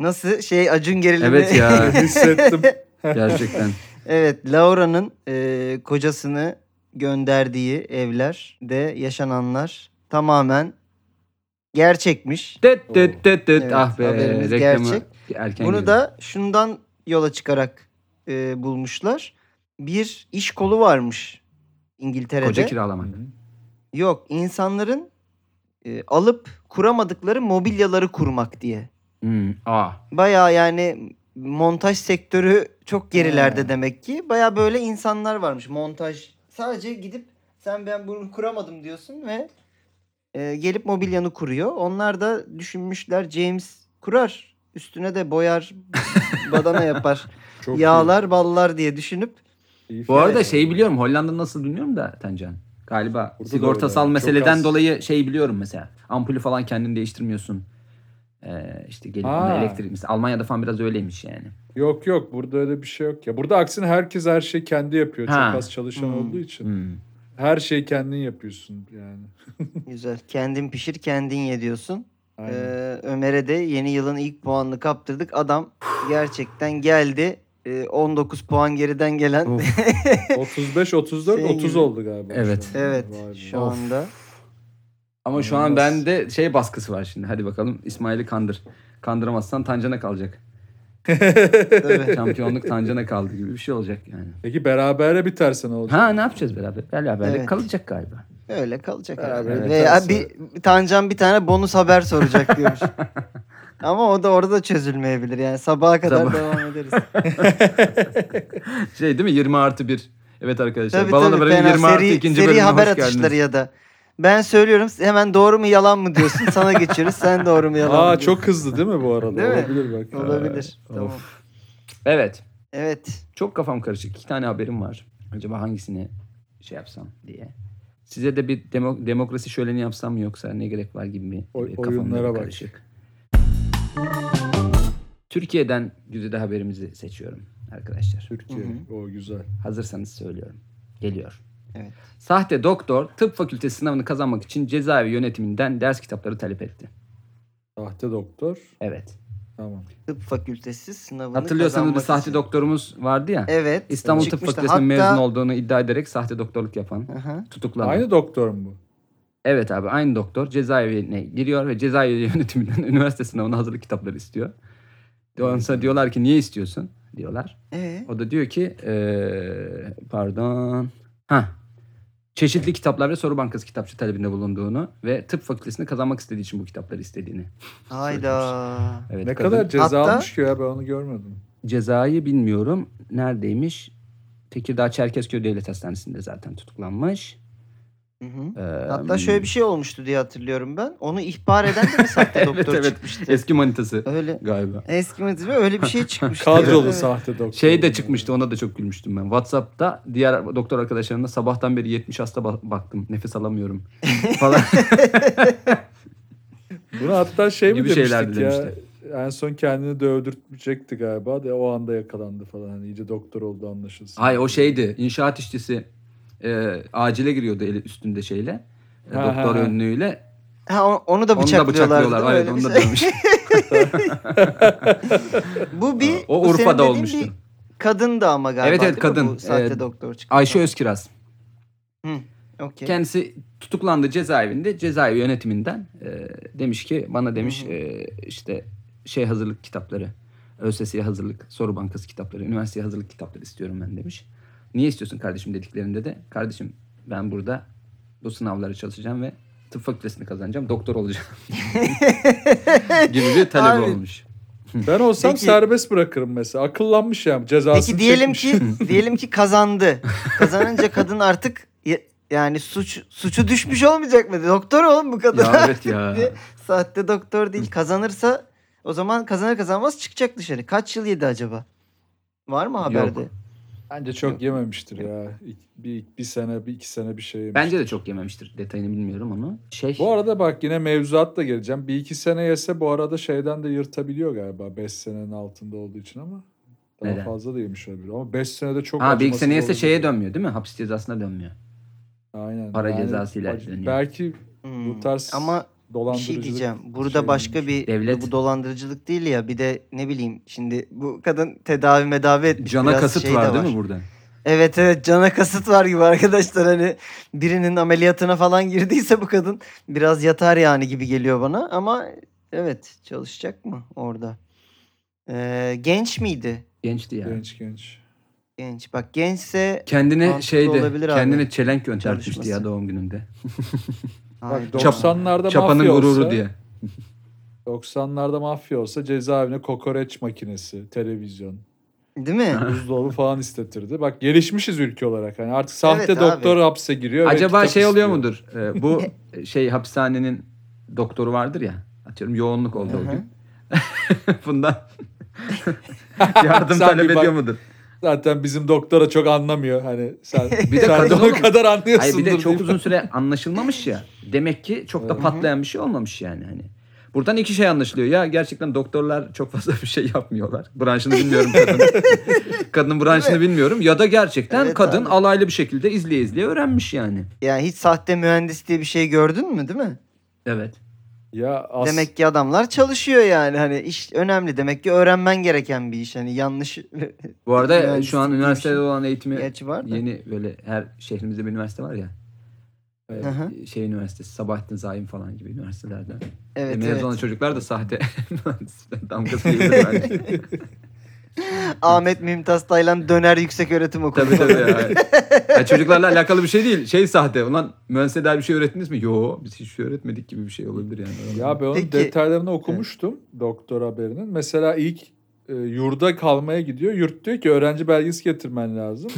Speaker 2: nasıl şey Acun gerilimi.
Speaker 4: Evet ya
Speaker 3: Hissettim.
Speaker 4: gerçekten.
Speaker 2: Evet Laura'nın e, kocasını gönderdiği evlerde yaşananlar tamamen gerçekmiş.
Speaker 4: Tet tet tet tet
Speaker 2: Evet,
Speaker 4: ah be
Speaker 2: haberimiz
Speaker 4: reklamı
Speaker 2: gerçek.
Speaker 4: erken
Speaker 2: Bunu
Speaker 4: girdi.
Speaker 2: da şundan yola çıkarak e, bulmuşlar. Bir iş kolu varmış İngiltere'de.
Speaker 4: koca kiralamak.
Speaker 2: Yok insanların e, alıp kuramadıkları mobilyaları kurmak diye.
Speaker 4: Hmm, Aa.
Speaker 2: Baya yani montaj sektörü çok gerilerde
Speaker 3: Ha.
Speaker 2: demek ki. Baya böyle insanlar varmış montaj. Sadece gidip sen ben bunu kuramadım diyorsun ve e, gelip mobilyanı kuruyor. Onlar da düşünmüşler James kurar. Üstüne de boyar, badana yapar.
Speaker 3: Çok
Speaker 2: yağlar, ballar diye düşünüp
Speaker 3: iyi, iyi
Speaker 4: Bu
Speaker 3: fikir.
Speaker 4: arada şey- şeyi biliyorum Hollanda nasıl bilmiyorum da Tancan. Galiba
Speaker 3: Burada da
Speaker 4: sigortasal
Speaker 3: öyle. Çok
Speaker 4: meseleden
Speaker 3: az.
Speaker 4: dolayı şey biliyorum mesela. Ampulü falan kendin değiştirmiyorsun. Ee, işte gelip
Speaker 3: Aa.
Speaker 4: ona elektrik mesela Almanya'da falan biraz öyleymiş yani.
Speaker 3: Yok yok burada öyle bir şey yok ya. Burada aksine herkes her şeyi kendi yapıyor.
Speaker 4: Ha.
Speaker 3: Çok az çalışan
Speaker 2: Hmm.
Speaker 3: olduğu için.
Speaker 4: Hmm.
Speaker 3: Her şeyi kendin yapıyorsun yani.
Speaker 2: güzel kendin pişir kendin ye diyorsun.
Speaker 3: Aynen.
Speaker 2: Ee, Ömer'e de yeni yılın ilk puanını kaptırdık. Adam gerçekten geldi. Ee, 19 puan geriden gelen.
Speaker 4: Of.
Speaker 3: 35, 34,
Speaker 2: Ee, Şey
Speaker 3: 30
Speaker 2: gibi.
Speaker 3: oldu galiba.
Speaker 4: Evet.
Speaker 3: Şu an.
Speaker 2: evet
Speaker 3: Vay be.
Speaker 2: şu
Speaker 4: Of.
Speaker 2: anda.
Speaker 4: Ama şu an
Speaker 3: İnanılmaz.
Speaker 4: bende şey baskısı var şimdi. Hadi bakalım İsmail'i kandır. Kandıramazsan Tancan'a kalacak.
Speaker 2: Tabii.
Speaker 4: Şampiyonluk Tancan'a kaldı gibi bir şey olacak yani.
Speaker 3: Peki berabere biterse ne olacak?
Speaker 4: Ha ne yapacağız beraber? Beraberlik
Speaker 2: Evet.
Speaker 4: kalacak galiba.
Speaker 2: Öyle kalacak.
Speaker 3: Beraber
Speaker 2: herhalde.
Speaker 3: bir
Speaker 2: Veya
Speaker 3: tanesi
Speaker 2: bir, Tancan bir tane bonus haber soracak diyormuş. Ama o da orada çözülmeyebilir yani. Sabaha kadar
Speaker 4: Sabah.
Speaker 2: devam ederiz.
Speaker 4: Şey değil mi? 20 artı 1. Evet arkadaşlar.
Speaker 2: tabii
Speaker 4: Balon
Speaker 2: tabii.
Speaker 4: Haber'in
Speaker 2: fena.
Speaker 4: 20 artı
Speaker 2: Seri,
Speaker 4: 2.
Speaker 2: seri
Speaker 4: bölümüne
Speaker 2: haber
Speaker 4: hoş geldiniz.
Speaker 2: atışları ya da. Ben söylüyorum hemen doğru mu yalan mı diyorsun. Sana geçiyoruz. Sen doğru mu yalan mı
Speaker 3: Aa
Speaker 2: diyorsun.
Speaker 3: çok hızlı değil mi bu arada?
Speaker 2: Değil mi?
Speaker 3: Olabilir bak.
Speaker 2: Olabilir.
Speaker 3: Ee,
Speaker 2: tamam.
Speaker 3: of.
Speaker 4: Evet.
Speaker 2: Evet.
Speaker 4: Çok kafam karışık. İki tane haberim var. Acaba hangisini şey yapsam diye. Size de bir demo- demokrasi şöleni yapsam mı yoksa ne gerek var gibi bir
Speaker 3: Oy-
Speaker 4: bir kafam
Speaker 3: oyunlara
Speaker 4: da
Speaker 3: bak.
Speaker 4: karışık. Türkiye'den güzide haberimizi seçiyorum arkadaşlar.
Speaker 3: Türkiye. O güzel.
Speaker 4: Hazırsanız söylüyorum. Geliyor.
Speaker 2: Evet.
Speaker 4: Sahte doktor tıp fakültesi sınavını kazanmak için cezaevi yönetiminden ders kitapları talep etti.
Speaker 3: Sahte doktor.
Speaker 4: Evet.
Speaker 3: Tamam.
Speaker 2: Tıp fakültesi sınavını
Speaker 4: Hatırlıyorsanız bir
Speaker 2: kazanmak
Speaker 4: sahte
Speaker 2: için.
Speaker 4: doktorumuz vardı ya.
Speaker 2: Evet.
Speaker 4: İstanbul Tıp
Speaker 2: çıkmıştı.
Speaker 4: Fakültesinden
Speaker 2: Hatta-
Speaker 4: mezun olduğunu iddia ederek sahte doktorluk yapan
Speaker 2: Aha.
Speaker 4: tutuklandı.
Speaker 3: Aynı doktor mu bu?
Speaker 4: Evet abi aynı doktor cezaevine giriyor ve cezaevi yönetiminden üniversite sınavına hazırlık kitapları istiyor. Ondan sonra diyorlar ki niye istiyorsun diyorlar.
Speaker 2: Ee?
Speaker 4: O da diyor ki eee, pardon. Ha. Çeşitli kitaplar ve soru bankası kitapçı talebinde bulunduğunu ve tıp fakültesini kazanmak istediği için bu kitapları istediğini.
Speaker 2: Hayda.
Speaker 4: Evet,
Speaker 3: Ne
Speaker 4: kadın-
Speaker 3: kadar ceza
Speaker 2: Hatta-
Speaker 3: almış ki ya ben onu görmedim.
Speaker 4: Cezayı bilmiyorum. Neredeymiş? Tekirdağ Çerkezköy Devlet Hastanesi'nde zaten tutuklanmış.
Speaker 2: Hı hı.
Speaker 4: Eee,
Speaker 2: Hatta şöyle bir şey olmuştu diye hatırlıyorum ben. Onu ihbar eden de mi sahte
Speaker 4: Evet,
Speaker 2: doktor
Speaker 4: evet.
Speaker 2: çıkmıştı?
Speaker 4: Eski manitası
Speaker 2: Öyle
Speaker 4: galiba.
Speaker 2: eski mi öyle bir şey çıkmıştı.
Speaker 3: Kadrolu
Speaker 2: Evet.
Speaker 3: sahte doktor.
Speaker 4: Şey de çıkmıştı ona da çok gülmüştüm ben. Whatsapp'ta diğer doktor arkadaşlarımla sabahtan beri 70 hasta ba- baktım. Nefes alamıyorum falan.
Speaker 3: Bunu hatta şey mi
Speaker 4: Gibi şeyler
Speaker 3: demiştik
Speaker 4: de
Speaker 3: ya.
Speaker 4: demişti.
Speaker 3: En son kendini dövdürtmeyecekti galiba de o anda yakalandı falan. Hani iyice doktor oldu anlaşılsın.
Speaker 4: Hayır o şey- şeydi. İnşaat işçisi e, acile giriyordu eli üstünde şeyle. e,
Speaker 3: Ha,
Speaker 4: doktor
Speaker 3: ha, ha.
Speaker 4: önlüğüyle.
Speaker 2: Ha, o- onu da
Speaker 4: Onu da bıçaklıyorlar.
Speaker 2: bıçaklıyorlar.
Speaker 4: Hayır onu da dövmüş.
Speaker 2: Bu bir bu
Speaker 4: O
Speaker 2: senin
Speaker 4: Urfa'da
Speaker 2: dediğin
Speaker 4: olmuştu.
Speaker 2: bir Kadın da ama galiba.
Speaker 4: Evet,
Speaker 2: değil
Speaker 4: evet,
Speaker 2: mi
Speaker 4: kadın.
Speaker 2: Bu sahte
Speaker 4: Ee,
Speaker 2: doktor çıktı.
Speaker 4: Ayşe Özkiraz.
Speaker 2: Okey.
Speaker 4: Kendisi tutuklandı cezaevinde. Cezaevi yönetiminden e, demiş ki bana demiş e, işte şey hazırlık kitapları. ÖSS'ye hazırlık, soru bankası kitapları, üniversiteye hazırlık kitapları istiyorum ben demiş. Niye istiyorsun kardeşim dediklerinde de kardeşim ben burada bu sınavlara çalışacağım ve tıp fakültesini kazanacağım, doktor olacağım gibi bir talep
Speaker 2: Abi,
Speaker 4: olmuş.
Speaker 3: Ben olsam
Speaker 2: Peki-
Speaker 3: serbest bırakırım mesela. Akıllanmış ya. Cezasını
Speaker 2: Peki diyelim
Speaker 3: çekmiş.
Speaker 2: ki diyelim ki kazandı. Kazanınca kadın artık ye- yani suç suçu düşmüş olmayacak mı? Doktor oğlum bu kadın.
Speaker 4: Ya evet ya.
Speaker 2: Diye Sahte doktor değil. Kazanırsa o zaman kazanır kazanmaz çıkacak dışarı. Kaç yıl yedi acaba? Var mı haberde?
Speaker 3: Bence çok yememiştir ya. İk- Bir, bir sene, bir iki sene bir şey yemiş.
Speaker 4: Bence de çok yememiştir. Detayını bilmiyorum ama. Şey,
Speaker 3: Bu arada bak yine mevzuatla geleceğim. Bir iki sene yese bu arada şeyden de yırtabiliyor galiba. Beş senenin altında olduğu için ama. Daha
Speaker 4: Neden?
Speaker 3: fazla da yemiş olabilir. Ama beş senede çok
Speaker 4: ha bir iki
Speaker 3: acımasız
Speaker 4: seneye ise
Speaker 3: olabilir.
Speaker 4: şeye dönmüyor değil mi? Hapis cezasına dönmüyor.
Speaker 3: Aynen.
Speaker 4: Para cezasıyla
Speaker 3: acı-
Speaker 4: dönüyor.
Speaker 3: Belki
Speaker 2: Hmm.
Speaker 3: bu tarz
Speaker 2: Ama bir
Speaker 3: dolandırıcılık.
Speaker 2: şey diyeceğim. Burada
Speaker 3: şeyi
Speaker 4: şey.
Speaker 2: başka bir
Speaker 4: Devlet-
Speaker 2: bu dolandırıcılık değil ya. Bir de ne bileyim şimdi bu kadın tedavi medavi etmiş.
Speaker 4: Cana
Speaker 2: biraz
Speaker 4: kasıt
Speaker 2: şey de
Speaker 4: var değil mi burada?
Speaker 2: Evet evet cana kasıt var gibi arkadaşlar. Hani birinin ameliyatına falan girdiyse bu kadın biraz yatar yani gibi geliyor bana. Ama evet çalışacak mı orada? Ee, genç miydi?
Speaker 4: Gençti ya.
Speaker 3: Genç genç.
Speaker 2: Genç. Bak gençse
Speaker 4: Kendine
Speaker 2: Mantıklı
Speaker 4: şeydi,
Speaker 2: olabilir abi.
Speaker 4: kendine çelenk göndermişti ya
Speaker 2: Çalışması.
Speaker 4: doğum gününde.
Speaker 2: Hayda.
Speaker 3: Bak 90'larda
Speaker 4: Çapanın
Speaker 3: mafya
Speaker 4: gururu
Speaker 3: olsa,
Speaker 4: diye.
Speaker 3: 90'larda mafya olsa cezaevine kokoreç makinesi, televizyon,
Speaker 2: değil mi?
Speaker 3: buzdolabı falan istetirdi. Bak gelişmişiz ülke olarak. Hani artık sahte
Speaker 2: abi.
Speaker 3: doktor hapse giriyor. ve
Speaker 4: Acaba
Speaker 3: kitap
Speaker 4: şey oluyor
Speaker 3: istiyor.
Speaker 4: mudur? Ee, bu şey hapishanenin doktoru vardır ya. Atıyorum yoğunluk oldu o
Speaker 2: Hı hı.
Speaker 4: gün. Bundan yardım
Speaker 3: Sen
Speaker 4: talep
Speaker 3: bir bak-
Speaker 4: ediyor mudur?
Speaker 3: Zaten bizim doktora çok anlamıyor. Hani sen,
Speaker 4: Bir de
Speaker 3: sen
Speaker 4: kadın
Speaker 3: de o
Speaker 4: oğlum.
Speaker 3: kadar anlıyorsundur.
Speaker 4: Hayır bir de çok
Speaker 3: deyip-
Speaker 4: uzun süre anlaşılmamış ya. Demek ki çok da patlayan bir şey olmamış yani hani. Buradan iki şey anlaşılıyor. Ya gerçekten doktorlar çok fazla bir şey yapmıyorlar. Branşını bilmiyorum kadın. Kadının branşını bilmiyorum. Ya da gerçekten
Speaker 2: Evet
Speaker 4: kadın
Speaker 2: abi.
Speaker 4: alaylı bir şekilde izleye izleye öğrenmiş yani.
Speaker 2: Yani hiç sahte mühendis diye bir şey gördün mü değil mi?
Speaker 4: Evet.
Speaker 3: Ya as-
Speaker 2: Demek ki adamlar çalışıyor yani. Hani iş önemli. Demek ki öğrenmen gereken bir iş. Hani yanlış
Speaker 4: Bu arada
Speaker 2: Mühendislik
Speaker 4: şu an
Speaker 2: diye bir
Speaker 4: üniversitede
Speaker 2: şey.
Speaker 4: olan eğitimi
Speaker 2: gerçi var da.
Speaker 4: yeni böyle her şehrimizde bir üniversite var ya.
Speaker 3: Evet.
Speaker 2: Hı hı.
Speaker 4: Şey üniversitesi, Sabahattin Zaim falan gibi üniversitelerden.
Speaker 2: Evet,
Speaker 4: mezun
Speaker 2: evet.
Speaker 4: olan çocuklar da sahte mühendislikler damgası yiyorlar bence.
Speaker 2: Ahmet Mümtaz Taylan döner yüksek öğretim okulu.
Speaker 4: tabii tabii. Ya. Ya çocuklarla alakalı bir şey değil. Şey sahte. Ulan mühendisliğe dair bir şey öğrettiniz mi? Yo biz hiçbir şey öğretmedik gibi bir şey olabilir yani.
Speaker 3: Ya ben onun
Speaker 2: Peki-
Speaker 3: detaylarını okumuştum doktor haberinin. Mesela ilk e, yurda kalmaya gidiyor. Yurt diyor ki öğrenci belgesi getirmen lazım.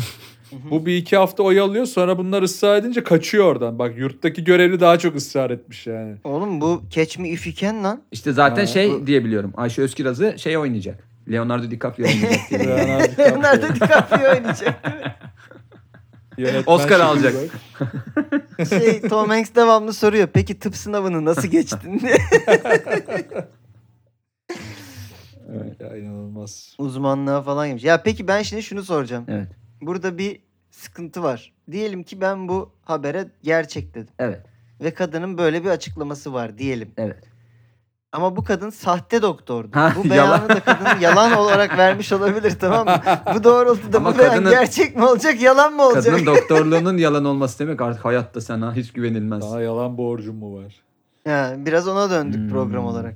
Speaker 3: Bu bir iki hafta oyalıyor sonra bunlar ısrar edince kaçıyor oradan. Bak yurttaki görevli daha çok ısrar etmiş yani.
Speaker 2: Oğlum bu catch me if you can lan.
Speaker 4: İşte zaten
Speaker 3: Ha.
Speaker 4: şey diyebiliyorum. Ayşe Özkiraz'ı şey oynayacak. Leonardo DiCaprio oynayacak. diye biliyorum.
Speaker 3: Leonardo DiCaprio
Speaker 2: Nerede DiCaprio oynayacak?
Speaker 3: yönetmen
Speaker 4: Oscar
Speaker 3: şekli
Speaker 4: alacak.
Speaker 3: bak.
Speaker 2: Şey, Tom Hanks devamlı soruyor. Peki tıp sınavını nasıl geçtin diye.
Speaker 3: Ya inanılmaz.
Speaker 2: Uzmanlığa falan girmiş. Ya peki ben şimdi şunu soracağım.
Speaker 4: Evet.
Speaker 2: Burada bir sıkıntı var. Diyelim ki ben bu habere gerçek dedim.
Speaker 4: evet.
Speaker 2: Ve kadının böyle bir açıklaması var diyelim.
Speaker 4: Evet.
Speaker 2: Ama bu kadın sahte doktordu.
Speaker 4: Ha,
Speaker 2: bu
Speaker 4: yalan.
Speaker 2: beyanı da kadın yalan olarak vermiş olabilir tamam mı? Bu doğrultuda
Speaker 4: Ama
Speaker 2: bu beyan
Speaker 4: kadının-
Speaker 2: gerçek mi olacak yalan mı olacak?
Speaker 4: Kadının doktorluğunun yalan olması demek artık hayatta sana hiç güvenilmez.
Speaker 3: Daha yalan borcum mu var?
Speaker 2: Ha, biraz ona döndük
Speaker 4: Hmm.
Speaker 2: program olarak.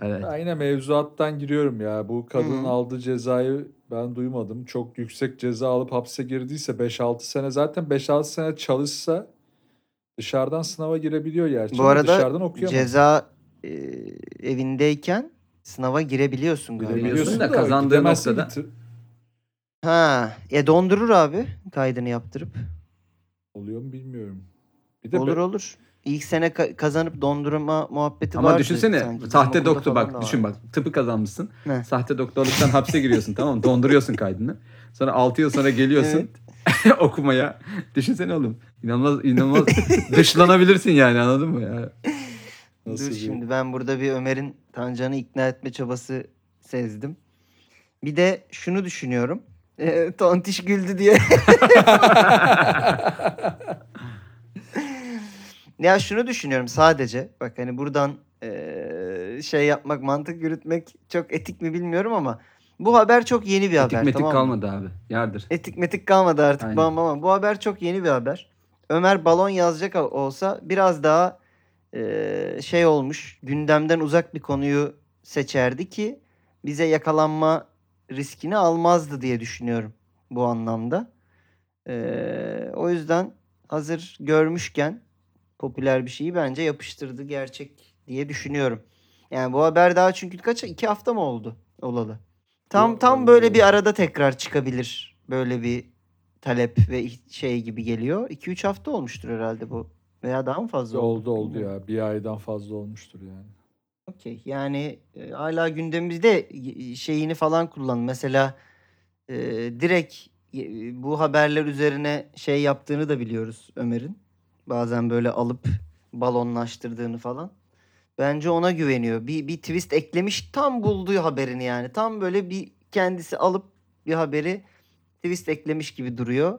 Speaker 4: Evet.
Speaker 3: Ya yine mevzuattan giriyorum ya. Bu kadının
Speaker 2: Hı.
Speaker 3: aldığı cezayı ben duymadım. Çok yüksek ceza alıp hapse girdiyse 5-6 sene zaten 5-6 sene çalışsa dışarıdan sınava girebiliyor gerçi.
Speaker 2: Bu
Speaker 3: ama
Speaker 2: arada
Speaker 3: dışarıdan okuyamaz.
Speaker 2: Ceza e, evindeyken sınava girebiliyorsun galiba.
Speaker 4: Girebiliyorsun.
Speaker 3: Biliyorsun
Speaker 4: da kazandığı
Speaker 3: gidemezse
Speaker 4: noktada-
Speaker 3: bitir-
Speaker 2: Ha, e dondurur abi kaydını yaptırıp.
Speaker 3: oluyor mu bilmiyorum. Bir de
Speaker 2: Olur
Speaker 3: be-
Speaker 2: olur. İlk sene ka- kazanıp dondurma muhabbeti
Speaker 4: Ama
Speaker 2: vardı
Speaker 4: düşünsene
Speaker 2: şey sanki. Bizim
Speaker 4: sahte
Speaker 2: okulda
Speaker 4: doktor
Speaker 2: falan da
Speaker 4: bak düşün
Speaker 2: vardı.
Speaker 4: bak tıpı kazanmışsın.
Speaker 2: Ne?
Speaker 4: Sahte doktorluktan hapse giriyorsun tamam mı? Donduruyorsun kaydını. Sonra 6 yıl sonra geliyorsun okumaya. Düşünsene oğlum. İnanılmaz inanılmaz dışlanabilirsin yani anladın mı ya?
Speaker 3: Nasıl
Speaker 2: Dur
Speaker 3: bir-
Speaker 2: şimdi ben burada bir Ömer'in Tancan'ı ikna etme çabası sezdim. Bir de şunu düşünüyorum. E, tontiş güldü diye. ya şunu düşünüyorum sadece. Bak hani buradan e, şey yapmak, mantık yürütmek çok etik mi bilmiyorum ama bu haber çok yeni bir haber.
Speaker 4: Etik metik
Speaker 2: tamam mı?
Speaker 4: kalmadı abi. Yardır.
Speaker 2: Etik metik kalmadı artık
Speaker 4: Aynen.
Speaker 2: bam bam bam. Bu haber çok yeni bir haber. Ömer balon yazacak ol- olsa biraz daha e, şey olmuş gündemden uzak bir konuyu seçerdi ki bize yakalanma riskini almazdı diye düşünüyorum bu anlamda. E, o yüzden hazır görmüşken popüler bir şeyi bence yapıştırdı gerçek diye düşünüyorum. Yani bu haber daha çünkü kaç iki hafta mı oldu olalı? Tam
Speaker 3: Yo,
Speaker 2: tam
Speaker 3: oldu,
Speaker 2: böyle
Speaker 3: oldu.
Speaker 2: bir arada tekrar çıkabilir böyle bir talep ve ih- şey gibi geliyor. 2-3 hafta olmuştur herhalde bu veya daha mı fazla?
Speaker 3: Oldu oldu ya. Bir aydan fazla olmuştur yani.
Speaker 2: Okey. Yani e, hala gündemimizde y- şeyini falan kullan. Mesela e, direkt e, bu haberler üzerine şey yaptığını da biliyoruz Ömer'in. Bazen böyle alıp balonlaştırdığını falan. Bence ona güveniyor. Bir, bir twist eklemiş tam bulduğu haberini yani. Tam böyle bir kendisi alıp bir haberi twist eklemiş gibi duruyor.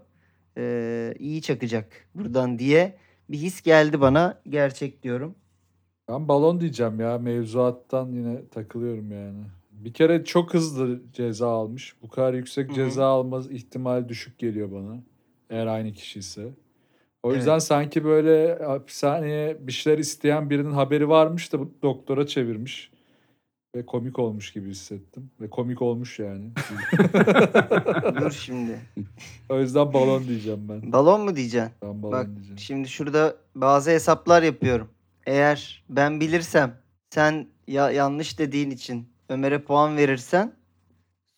Speaker 2: E, iyi çakacak buradan diye bir his geldi bana. Gerçek diyorum.
Speaker 3: Ben balon diyeceğim ya. Mevzuattan yine takılıyorum yani. Bir kere çok hızlı ceza almış. Bu kadar yüksek
Speaker 2: Hı hı.
Speaker 3: ceza alma ihtimali düşük geliyor bana. Eğer aynı kişi ise. O
Speaker 2: Evet.
Speaker 3: yüzden sanki böyle hapishaneye bir şeyler isteyen birinin haberi varmış da bu doktora çevirmiş. Ve komik olmuş gibi hissettim. Ve komik olmuş yani.
Speaker 2: Dur şimdi.
Speaker 3: o yüzden balon diyeceğim ben.
Speaker 2: Balon mu diyeceksin?
Speaker 3: Ben balon
Speaker 2: Bak
Speaker 3: diyeceğim.
Speaker 2: şimdi şurada bazı hesaplar yapıyorum. Eğer ben bilirsem sen ya yanlış dediğin için Ömer'e puan verirsen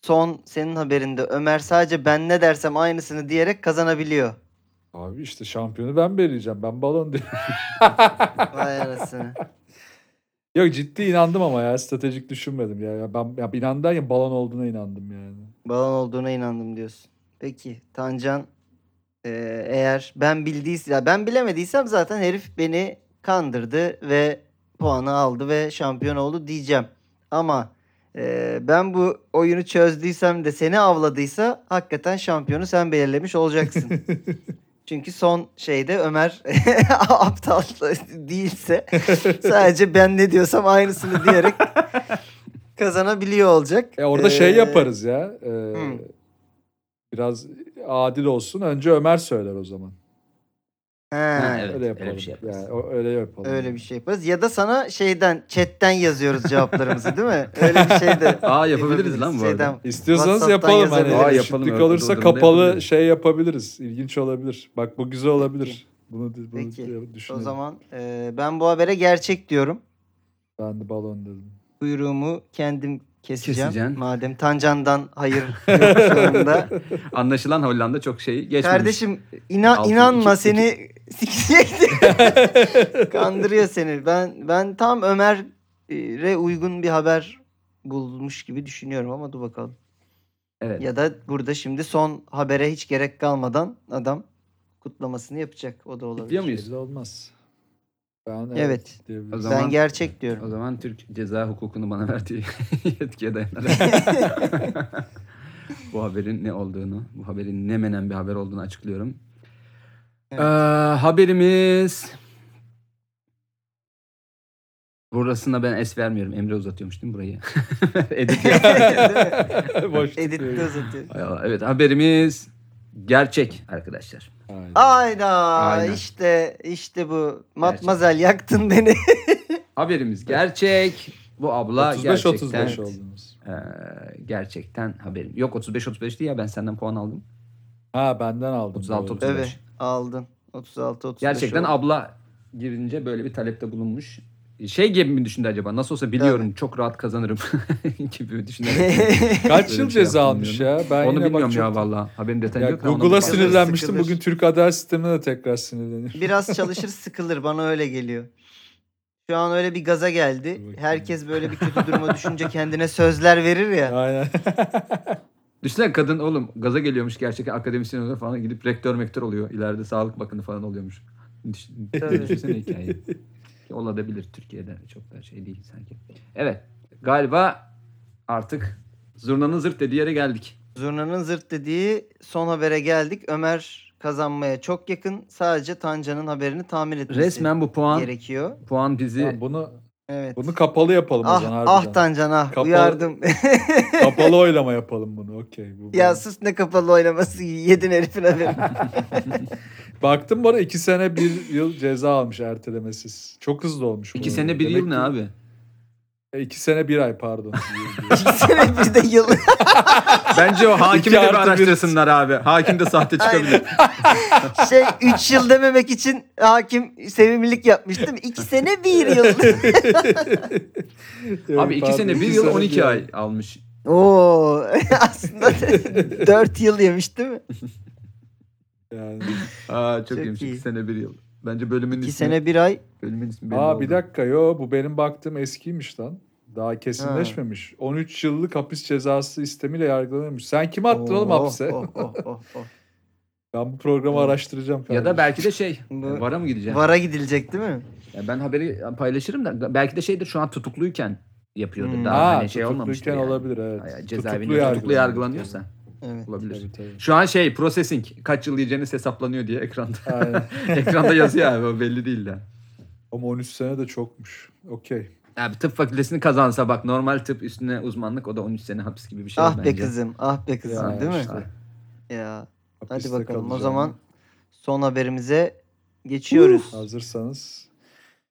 Speaker 2: son senin haberinde Ömer sadece ben ne dersem aynısını diyerek kazanabiliyor.
Speaker 3: Abi işte şampiyonu ben belirleyeceğim. Ben balon diyorum.
Speaker 2: Vay arasını.
Speaker 3: Yok ciddi inandım ama ya stratejik düşünmedim ya. ya ben ya inandım derken balon olduğuna inandım yani.
Speaker 2: Balon olduğuna inandım diyorsun. Peki Tancan eee, eğer ben bildiysem ya ben bilemediysem zaten herif beni kandırdı ve puanı aldı ve şampiyon oldu diyeceğim. Ama eee, ben bu oyunu çözdüysem de seni avladıysa hakikaten şampiyonu sen belirlemiş olacaksın. Çünkü son şeyde Ömer aptal değilse sadece ben ne diyorsam aynısını diyerek kazanabiliyor olacak.
Speaker 3: E orada şey
Speaker 2: Ee,
Speaker 3: yaparız ya. e,
Speaker 2: hı.
Speaker 3: Biraz adil olsun. Önce Ömer söyler o zaman.
Speaker 2: he,
Speaker 4: Ha, evet,
Speaker 3: öyle yapalım.
Speaker 4: öyle bir şey yaparız.
Speaker 3: Yani o- öyle yapalım.
Speaker 2: Öyle bir şey yaparız. Ya da sana şeyden chatten yazıyoruz cevaplarımızı değil mi? Öyle bir şey de.
Speaker 4: Aa, yapabiliriz lan bu arada.
Speaker 3: İstiyorsanız
Speaker 2: WhatsApp'tan
Speaker 3: yapalım. Hani
Speaker 2: yazabiliriz.
Speaker 4: Aa,
Speaker 3: eşitlik
Speaker 4: yapalım, evet.
Speaker 3: olursa
Speaker 4: Doğru, doğru,
Speaker 3: kapalı
Speaker 4: yapabiliriz.
Speaker 3: şey yapabiliriz. İlginç olabilir. Bak bu güzel olabilir. Bunu, bunu
Speaker 2: Peki, O
Speaker 3: düşünelim.
Speaker 2: zaman e, ben bu habere gerçek diyorum.
Speaker 3: Ben de balon dedim.
Speaker 2: Kuyruğumu kendim keseceğim.
Speaker 4: Keseceksin.
Speaker 2: Madem Tancan'dan hayır yok şu anda.
Speaker 4: Anlaşılan Hollanda çok şey geçmemiş.
Speaker 2: Kardeşim ina,
Speaker 4: Altı,
Speaker 2: inanma
Speaker 4: iki,
Speaker 2: seni sikecekti. Kandırıyor seni. Ben ben tam Ömer'e uygun bir haber bulmuş gibi düşünüyorum ama dur bakalım.
Speaker 4: Evet.
Speaker 2: Ya da burada şimdi son habere hiç gerek kalmadan adam kutlamasını yapacak. O da olabilir.
Speaker 4: Diyor muyuz?
Speaker 3: Belli olmaz. Ben
Speaker 2: Evet.
Speaker 3: diyebilirim.
Speaker 4: O zaman-
Speaker 2: Ben gerçek diyorum.
Speaker 4: O zaman Türk ceza hukukunu bana verdiği yetkiye dayanarak bu haberin ne olduğunu, bu haberin ne menen bir haber olduğunu açıklıyorum.
Speaker 2: Evet.
Speaker 4: Ee, haberimiz... Burasına ben es vermiyorum. Emre uzatıyormuş değil mi burayı? Edit yap.
Speaker 3: Boş
Speaker 2: Editte
Speaker 3: tutuyorum.
Speaker 2: uzatıyor.
Speaker 4: Hay Allah. evet haberimiz gerçek arkadaşlar.
Speaker 3: Aynen.
Speaker 2: Ayda
Speaker 4: Aynen.
Speaker 2: işte işte bu. Matmazel yaktın beni.
Speaker 4: Haberimiz gerçek. Bu abla
Speaker 3: 35
Speaker 4: gerçekten...
Speaker 3: 35 oldunuz.
Speaker 4: Ee, gerçekten haberim. Yok 35-35 değil ya ben senden puan aldım.
Speaker 3: Ha benden aldım.
Speaker 4: 36,
Speaker 3: doğru.
Speaker 4: 35.
Speaker 2: evet aldın. 36 35.
Speaker 4: Gerçekten
Speaker 2: oldu.
Speaker 4: abla girince böyle bir talepte bulunmuş. Şey gibi mi düşündü acaba? Nasıl olsa biliyorum çok rahat kazanırım gibi mi düşünerek.
Speaker 3: Kaç
Speaker 4: Öyle
Speaker 3: yıl
Speaker 4: bir şey
Speaker 3: ceza
Speaker 4: yaptım
Speaker 3: almış
Speaker 4: diyorum.
Speaker 3: ya? Ben
Speaker 4: Onu
Speaker 3: yine bak
Speaker 4: bilmiyorum
Speaker 3: çok-
Speaker 4: ya valla. Haberin detayı
Speaker 3: Ya
Speaker 4: yok. ama ona
Speaker 3: Google'a
Speaker 4: bir bakarım.
Speaker 2: sinirlen-
Speaker 3: sinirlenmiştim.
Speaker 2: Sıkılır.
Speaker 3: Bugün Türk adalet sistemine de tekrar sinirlenirim.
Speaker 2: Biraz çalışır sıkılır bana öyle geliyor. Şu an öyle bir gaza
Speaker 3: Dur
Speaker 2: geldi.
Speaker 3: bakayım.
Speaker 2: Herkes böyle bir kötü duruma düşünce kendine sözler verir ya.
Speaker 3: Aynen.
Speaker 4: Düşünsene kadın oğlum gaza geliyormuş gerçekten akademisyen oluyor falan gidip rektör mektör oluyor. İleride sağlık bakanı falan oluyormuş. Düşün-
Speaker 2: Tabii.
Speaker 4: Düşünsene hikayeyi. Olabilir Türkiye'de çok da şey değil sanki. Evet galiba artık zurnanın zırt dediği yere geldik.
Speaker 2: Zurna'nın zırt dediği son habere geldik. Ömer kazanmaya çok yakın. Sadece Tancan'ın haberini tahmin etmesi
Speaker 4: Resmen bu puan
Speaker 2: gerekiyor.
Speaker 4: puan bizi
Speaker 3: Tamam, bunu
Speaker 2: Evet.
Speaker 3: bunu kapalı yapalım o zaman
Speaker 2: ah, ah
Speaker 3: harbiden.
Speaker 2: Tancan ah
Speaker 3: Kapalı-
Speaker 2: uyardım.
Speaker 3: kapalı oylama yapalım bunu. Okey. bu-
Speaker 2: ya sus ne kapalı oynaması yedin herifin haberini.
Speaker 3: Baktım bana iki sene bir yıl ceza almış ertelemesiz. Çok hızlı olmuş. bu
Speaker 4: iki
Speaker 3: arada.
Speaker 4: sene bir
Speaker 3: Demek
Speaker 4: yıl ne
Speaker 3: ki-
Speaker 4: abi?
Speaker 3: E, İki sene bir ay pardon.
Speaker 2: Sene bir de yıl.
Speaker 4: Bence o hakimi de
Speaker 3: İki
Speaker 4: bir
Speaker 3: artı bir.
Speaker 4: araştırsınlar abi. Hakim de sahte çıkabilir.
Speaker 2: şey 3 yıl dememek için hakim sevimlilik yapmıştım. 2 sene 1 yıl.
Speaker 4: abi iki
Speaker 3: Pardon,
Speaker 4: sene bir
Speaker 3: iki
Speaker 4: yıl
Speaker 3: sene
Speaker 4: 12
Speaker 3: bir
Speaker 4: ay almış.
Speaker 2: Oo aslında 4 yıl yemiş değil mi?
Speaker 3: Yani.
Speaker 4: Aa, çok,
Speaker 2: Çok
Speaker 4: iyiymiş.
Speaker 2: iyi.
Speaker 4: İki sene bir yıl. Bence bölümün
Speaker 2: 2
Speaker 4: ismi.
Speaker 2: sene 1 ay.
Speaker 4: Bölümün ismi belli
Speaker 3: Aa
Speaker 4: oldu.
Speaker 3: bir dakika yo bu benim baktığım eskiymiş lan. Daha kesinleşmemiş. 13 yıllık hapis cezası istemiyle yargılanıyormuş. Sen kim attın oğlum
Speaker 2: Oo,
Speaker 3: hapse?
Speaker 2: oh, oh, oh, oh.
Speaker 3: Ben bu programı araştıracağım.
Speaker 4: Ya
Speaker 3: kardeşim.
Speaker 4: da belki de şey.
Speaker 2: Bu-
Speaker 4: Vara mı gideceğim?
Speaker 2: Vara gidilecek değil mi?
Speaker 4: Ya ben haberi paylaşırım da belki de şeydir şu an tutukluyken yapıyordur.
Speaker 2: Hmm.
Speaker 4: Daha
Speaker 3: Ha,
Speaker 4: hani şey olmamıştır.
Speaker 3: tutukluyken
Speaker 4: Yani.
Speaker 3: olabilir evet.
Speaker 4: Aya-
Speaker 3: Tutuklu
Speaker 4: Cezaevinde tutuklu
Speaker 3: yargılanıyor.
Speaker 4: yargılanıyorsa
Speaker 2: Evet.
Speaker 4: olabilir.
Speaker 3: Tabii, tabii.
Speaker 4: Şu an şey processing kaç yıl yiyeceğiniz hesaplanıyor diye ekranda.
Speaker 3: Aynen.
Speaker 4: ekranda yazıyor abi o belli değil de.
Speaker 3: Ama 13 sene de çokmuş. Okey.
Speaker 4: Abi tıp fakültesini kazansa bak normal tıp üstüne uzmanlık o da 13 sene hapis gibi bir şey
Speaker 2: ah
Speaker 4: bence.
Speaker 2: be kızım, ah be kızım
Speaker 3: Ya
Speaker 2: değil mi?
Speaker 3: işte.
Speaker 2: Ya. Hadi
Speaker 3: Hapiste
Speaker 2: bakalım o
Speaker 3: kalacağım.
Speaker 2: zaman son haberimize geçiyoruz.
Speaker 3: Hazırsanız.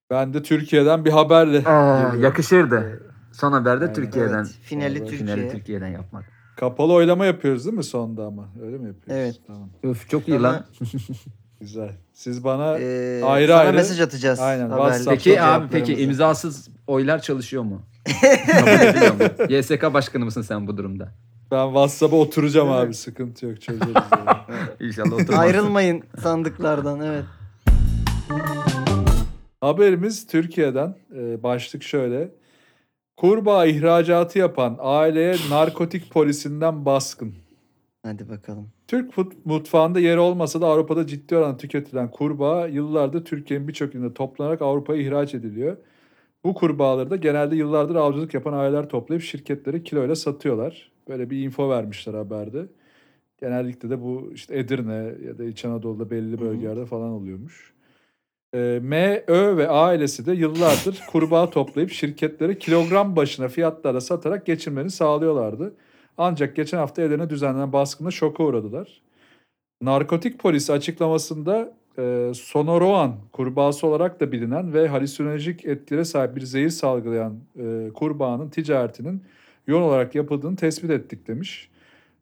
Speaker 3: Ben de Türkiye'den bir haberle geliyorum.
Speaker 4: yakışırdı. Son haberde
Speaker 3: Aynen.
Speaker 4: Türkiye'den.
Speaker 2: Evet, finali
Speaker 4: Vallahi
Speaker 2: Türkiye.
Speaker 4: Finali Türkiye'den yapmak.
Speaker 3: Kapalı oylama yapıyoruz değil mi sonda ama? Öyle mi yapıyoruz?
Speaker 2: Evet.
Speaker 3: Tamam.
Speaker 4: Öf çok iyi
Speaker 2: Ama-
Speaker 4: lan.
Speaker 3: Güzel. Siz bana
Speaker 2: Ee,
Speaker 3: Ayrı
Speaker 2: sana
Speaker 3: ayrı.
Speaker 2: mesaj atacağız.
Speaker 3: Aynen,
Speaker 2: haberle.
Speaker 3: WhatsApp.
Speaker 4: Peki abi
Speaker 3: Cevaplarımızı.
Speaker 4: peki imzasız oylar çalışıyor mu? Kabul ediliyor mu? YSK başkanı mısın sen bu durumda?
Speaker 3: ben WhatsApp'a oturacağım
Speaker 2: Evet.
Speaker 3: abi. Sıkıntı yok çözeriz. yani.
Speaker 4: İnşallah oturmazsın.
Speaker 2: Ayrılmayın sandıklardan evet.
Speaker 3: Haberimiz Türkiye'den. Ee, başlık şöyle. Kurbağa ihracatı yapan aileye narkotik polisinden baskın.
Speaker 2: Hadi bakalım.
Speaker 3: Türk fut- mutfağında yeri olmasa da Avrupa'da ciddi oranda tüketilen kurbağa yıllardır Türkiye'nin birçok yerinde toplanarak Avrupa'ya ihraç ediliyor. Bu kurbağaları da genelde yıllardır avcılık yapan aileler toplayıp şirketlere kiloyla satıyorlar. Böyle bir info vermişler haberde. Genellikle de bu işte Edirne ya da İç Anadolu'da belli bölgelerde falan oluyormuş. Ee, M, Ö ve ailesi de yıllardır kurbağa toplayıp şirketlere kilogram başına fiyatlara satarak geçirmeni sağlıyorlardı. Ancak geçen hafta Edirne düzenlenen baskında şoka uğradılar. Narkotik polisi açıklamasında e, sonoroan kurbağası olarak da bilinen ve halüsinojik etkilere sahip bir zehir salgılayan e, kurbağanın ticaretinin yoğun olarak yapıldığını tespit ettik demiş.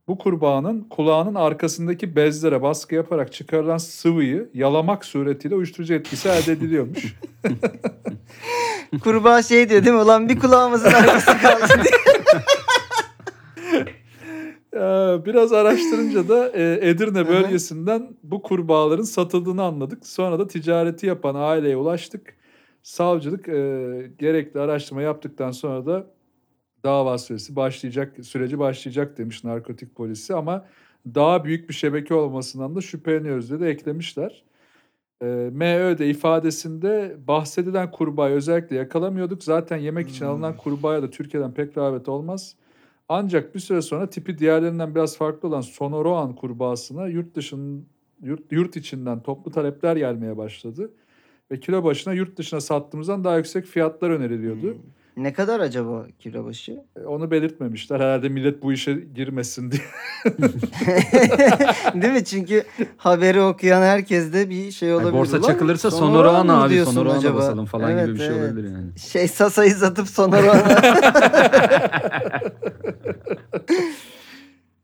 Speaker 3: Bu kurbağanın kulağının arkasındaki bezlere baskı yaparak çıkarılan sıvıyı yalamak suretiyle uyuşturucu etkisi elde ediliyormuş.
Speaker 2: Kurbağa şey diyor değil mi? Ulan bir kulağımızın arkası kalsın diye.
Speaker 3: Ee, Biraz araştırınca da e, Edirne
Speaker 2: Aha.
Speaker 3: bölgesinden bu kurbağaların satıldığını anladık. Sonra da ticareti yapan aileye ulaştık. Savcılık e, gerekli araştırma yaptıktan sonra da dava süresi başlayacak, süreci başlayacak demiş narkotik polisi ama daha büyük bir şebeke olmasından da şüpheleniyoruz dedi eklemişler. E, MÖ de ifadesinde bahsedilen kurbağayı özellikle yakalamıyorduk. Zaten yemek için alınan kurbağaya da Türkiye'den pek rağbet olmaz. Ancak bir süre sonra tipi diğerlerinden biraz farklı olan Sonoroan kurbağasına yurt dışın yurt, yurt içinden toplu talepler gelmeye başladı. Ve kilo başına yurt dışına sattığımızdan daha yüksek fiyatlar öneriliyordu.
Speaker 2: Ne kadar acaba kilo başı?
Speaker 3: E, Onu belirtmemişler. Herhalde millet bu işe girmesin diye.
Speaker 2: Değil mi? Çünkü haberi okuyan herkes de bir şey
Speaker 4: Yani
Speaker 2: olabilir.
Speaker 4: borsa
Speaker 2: Ulan
Speaker 4: çakılırsa
Speaker 2: Sonoran
Speaker 4: Sonoran
Speaker 2: mı
Speaker 4: abi
Speaker 2: diyorsun
Speaker 4: Sonoran'a
Speaker 2: acaba?
Speaker 4: basalım falan
Speaker 2: Evet,
Speaker 4: gibi bir şey
Speaker 2: evet.
Speaker 4: olabilir yani.
Speaker 2: Şey Sasa'yı satıp Sonoran'a.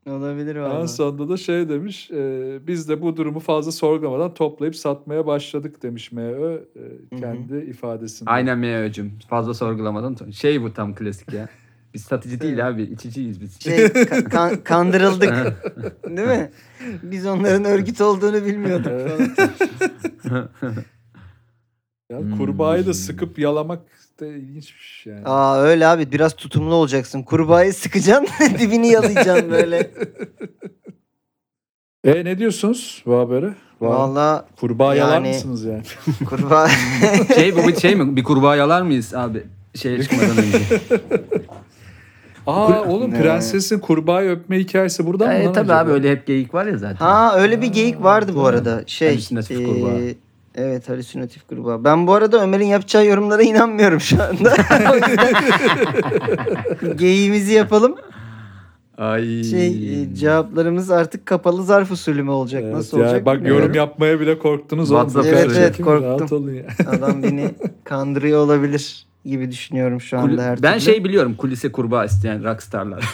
Speaker 2: olabilir
Speaker 3: En
Speaker 2: valla.
Speaker 3: sonunda da şey demiş. e, biz de bu durumu fazla sorgulamadan toplayıp satmaya başladık demiş M.Ö. e,
Speaker 2: hı.
Speaker 3: kendi ifadesinde.
Speaker 4: Aynen Meo'cum. Fazla sorgulamadan. to- Şey bu tam klasik ya. Biz satıcı değil abi. içiciyiz biz.
Speaker 2: Şey ka- kan- kandırıldık değil mi? Biz onların örgüt olduğunu bilmiyorduk.
Speaker 3: Evet.
Speaker 2: falan.
Speaker 3: Yani
Speaker 4: Hmm.
Speaker 3: Kurbağayı da sıkıp yalamak da ilginçmiş yani.
Speaker 2: Aa öyle abi biraz tutumlu olacaksın. Kurbağayı sıkacaksın dibini yalayacaksın böyle.
Speaker 3: E ne diyorsunuz bu habere? Vallahi
Speaker 2: Valla
Speaker 3: kurbağa yalar
Speaker 2: yani-
Speaker 3: mısınız yani?
Speaker 2: kurbağa
Speaker 4: şey bu bir şey mi? Bir kurbağa yalar mıyız abi? Şeye çıkmadan önce.
Speaker 3: Aa oğlum
Speaker 2: Ne?
Speaker 3: prensesin kurbağayı öpme hikayesi buradan mı?
Speaker 4: e,
Speaker 3: lan
Speaker 4: tabii
Speaker 3: acaba?
Speaker 4: abi öyle hep geyik var ya zaten.
Speaker 2: Ha öyle bir geyik vardı bu arada. Şey.
Speaker 4: Halüsinatif kurbağa.
Speaker 2: Evet halüsinatif kurbağa. Ben bu arada Ömer'in yapacağı yorumlara inanmıyorum şu anda. O yüzden Geyiğimizi yapalım.
Speaker 4: Ay.
Speaker 2: Şey
Speaker 4: Hmm.
Speaker 2: e, cevaplarımız artık kapalı zarf usulü mü olacak?
Speaker 3: Evet,
Speaker 2: Nasıl
Speaker 3: ya,
Speaker 2: olacak?
Speaker 3: bak
Speaker 2: bilmiyorum.
Speaker 3: yorum yapmaya bile korktunuz oğlum.
Speaker 4: WhatsApp'a
Speaker 3: Bakın,
Speaker 4: Evet,
Speaker 2: evet,
Speaker 3: çekin,
Speaker 2: korktum.
Speaker 3: rahat olun ya.
Speaker 2: Adam beni kandırıyor olabilir gibi düşünüyorum şu anda
Speaker 4: Kul-
Speaker 2: her
Speaker 4: ben
Speaker 2: türlü.
Speaker 4: şey biliyorum kulise kurbağa isteyen rockstarlar.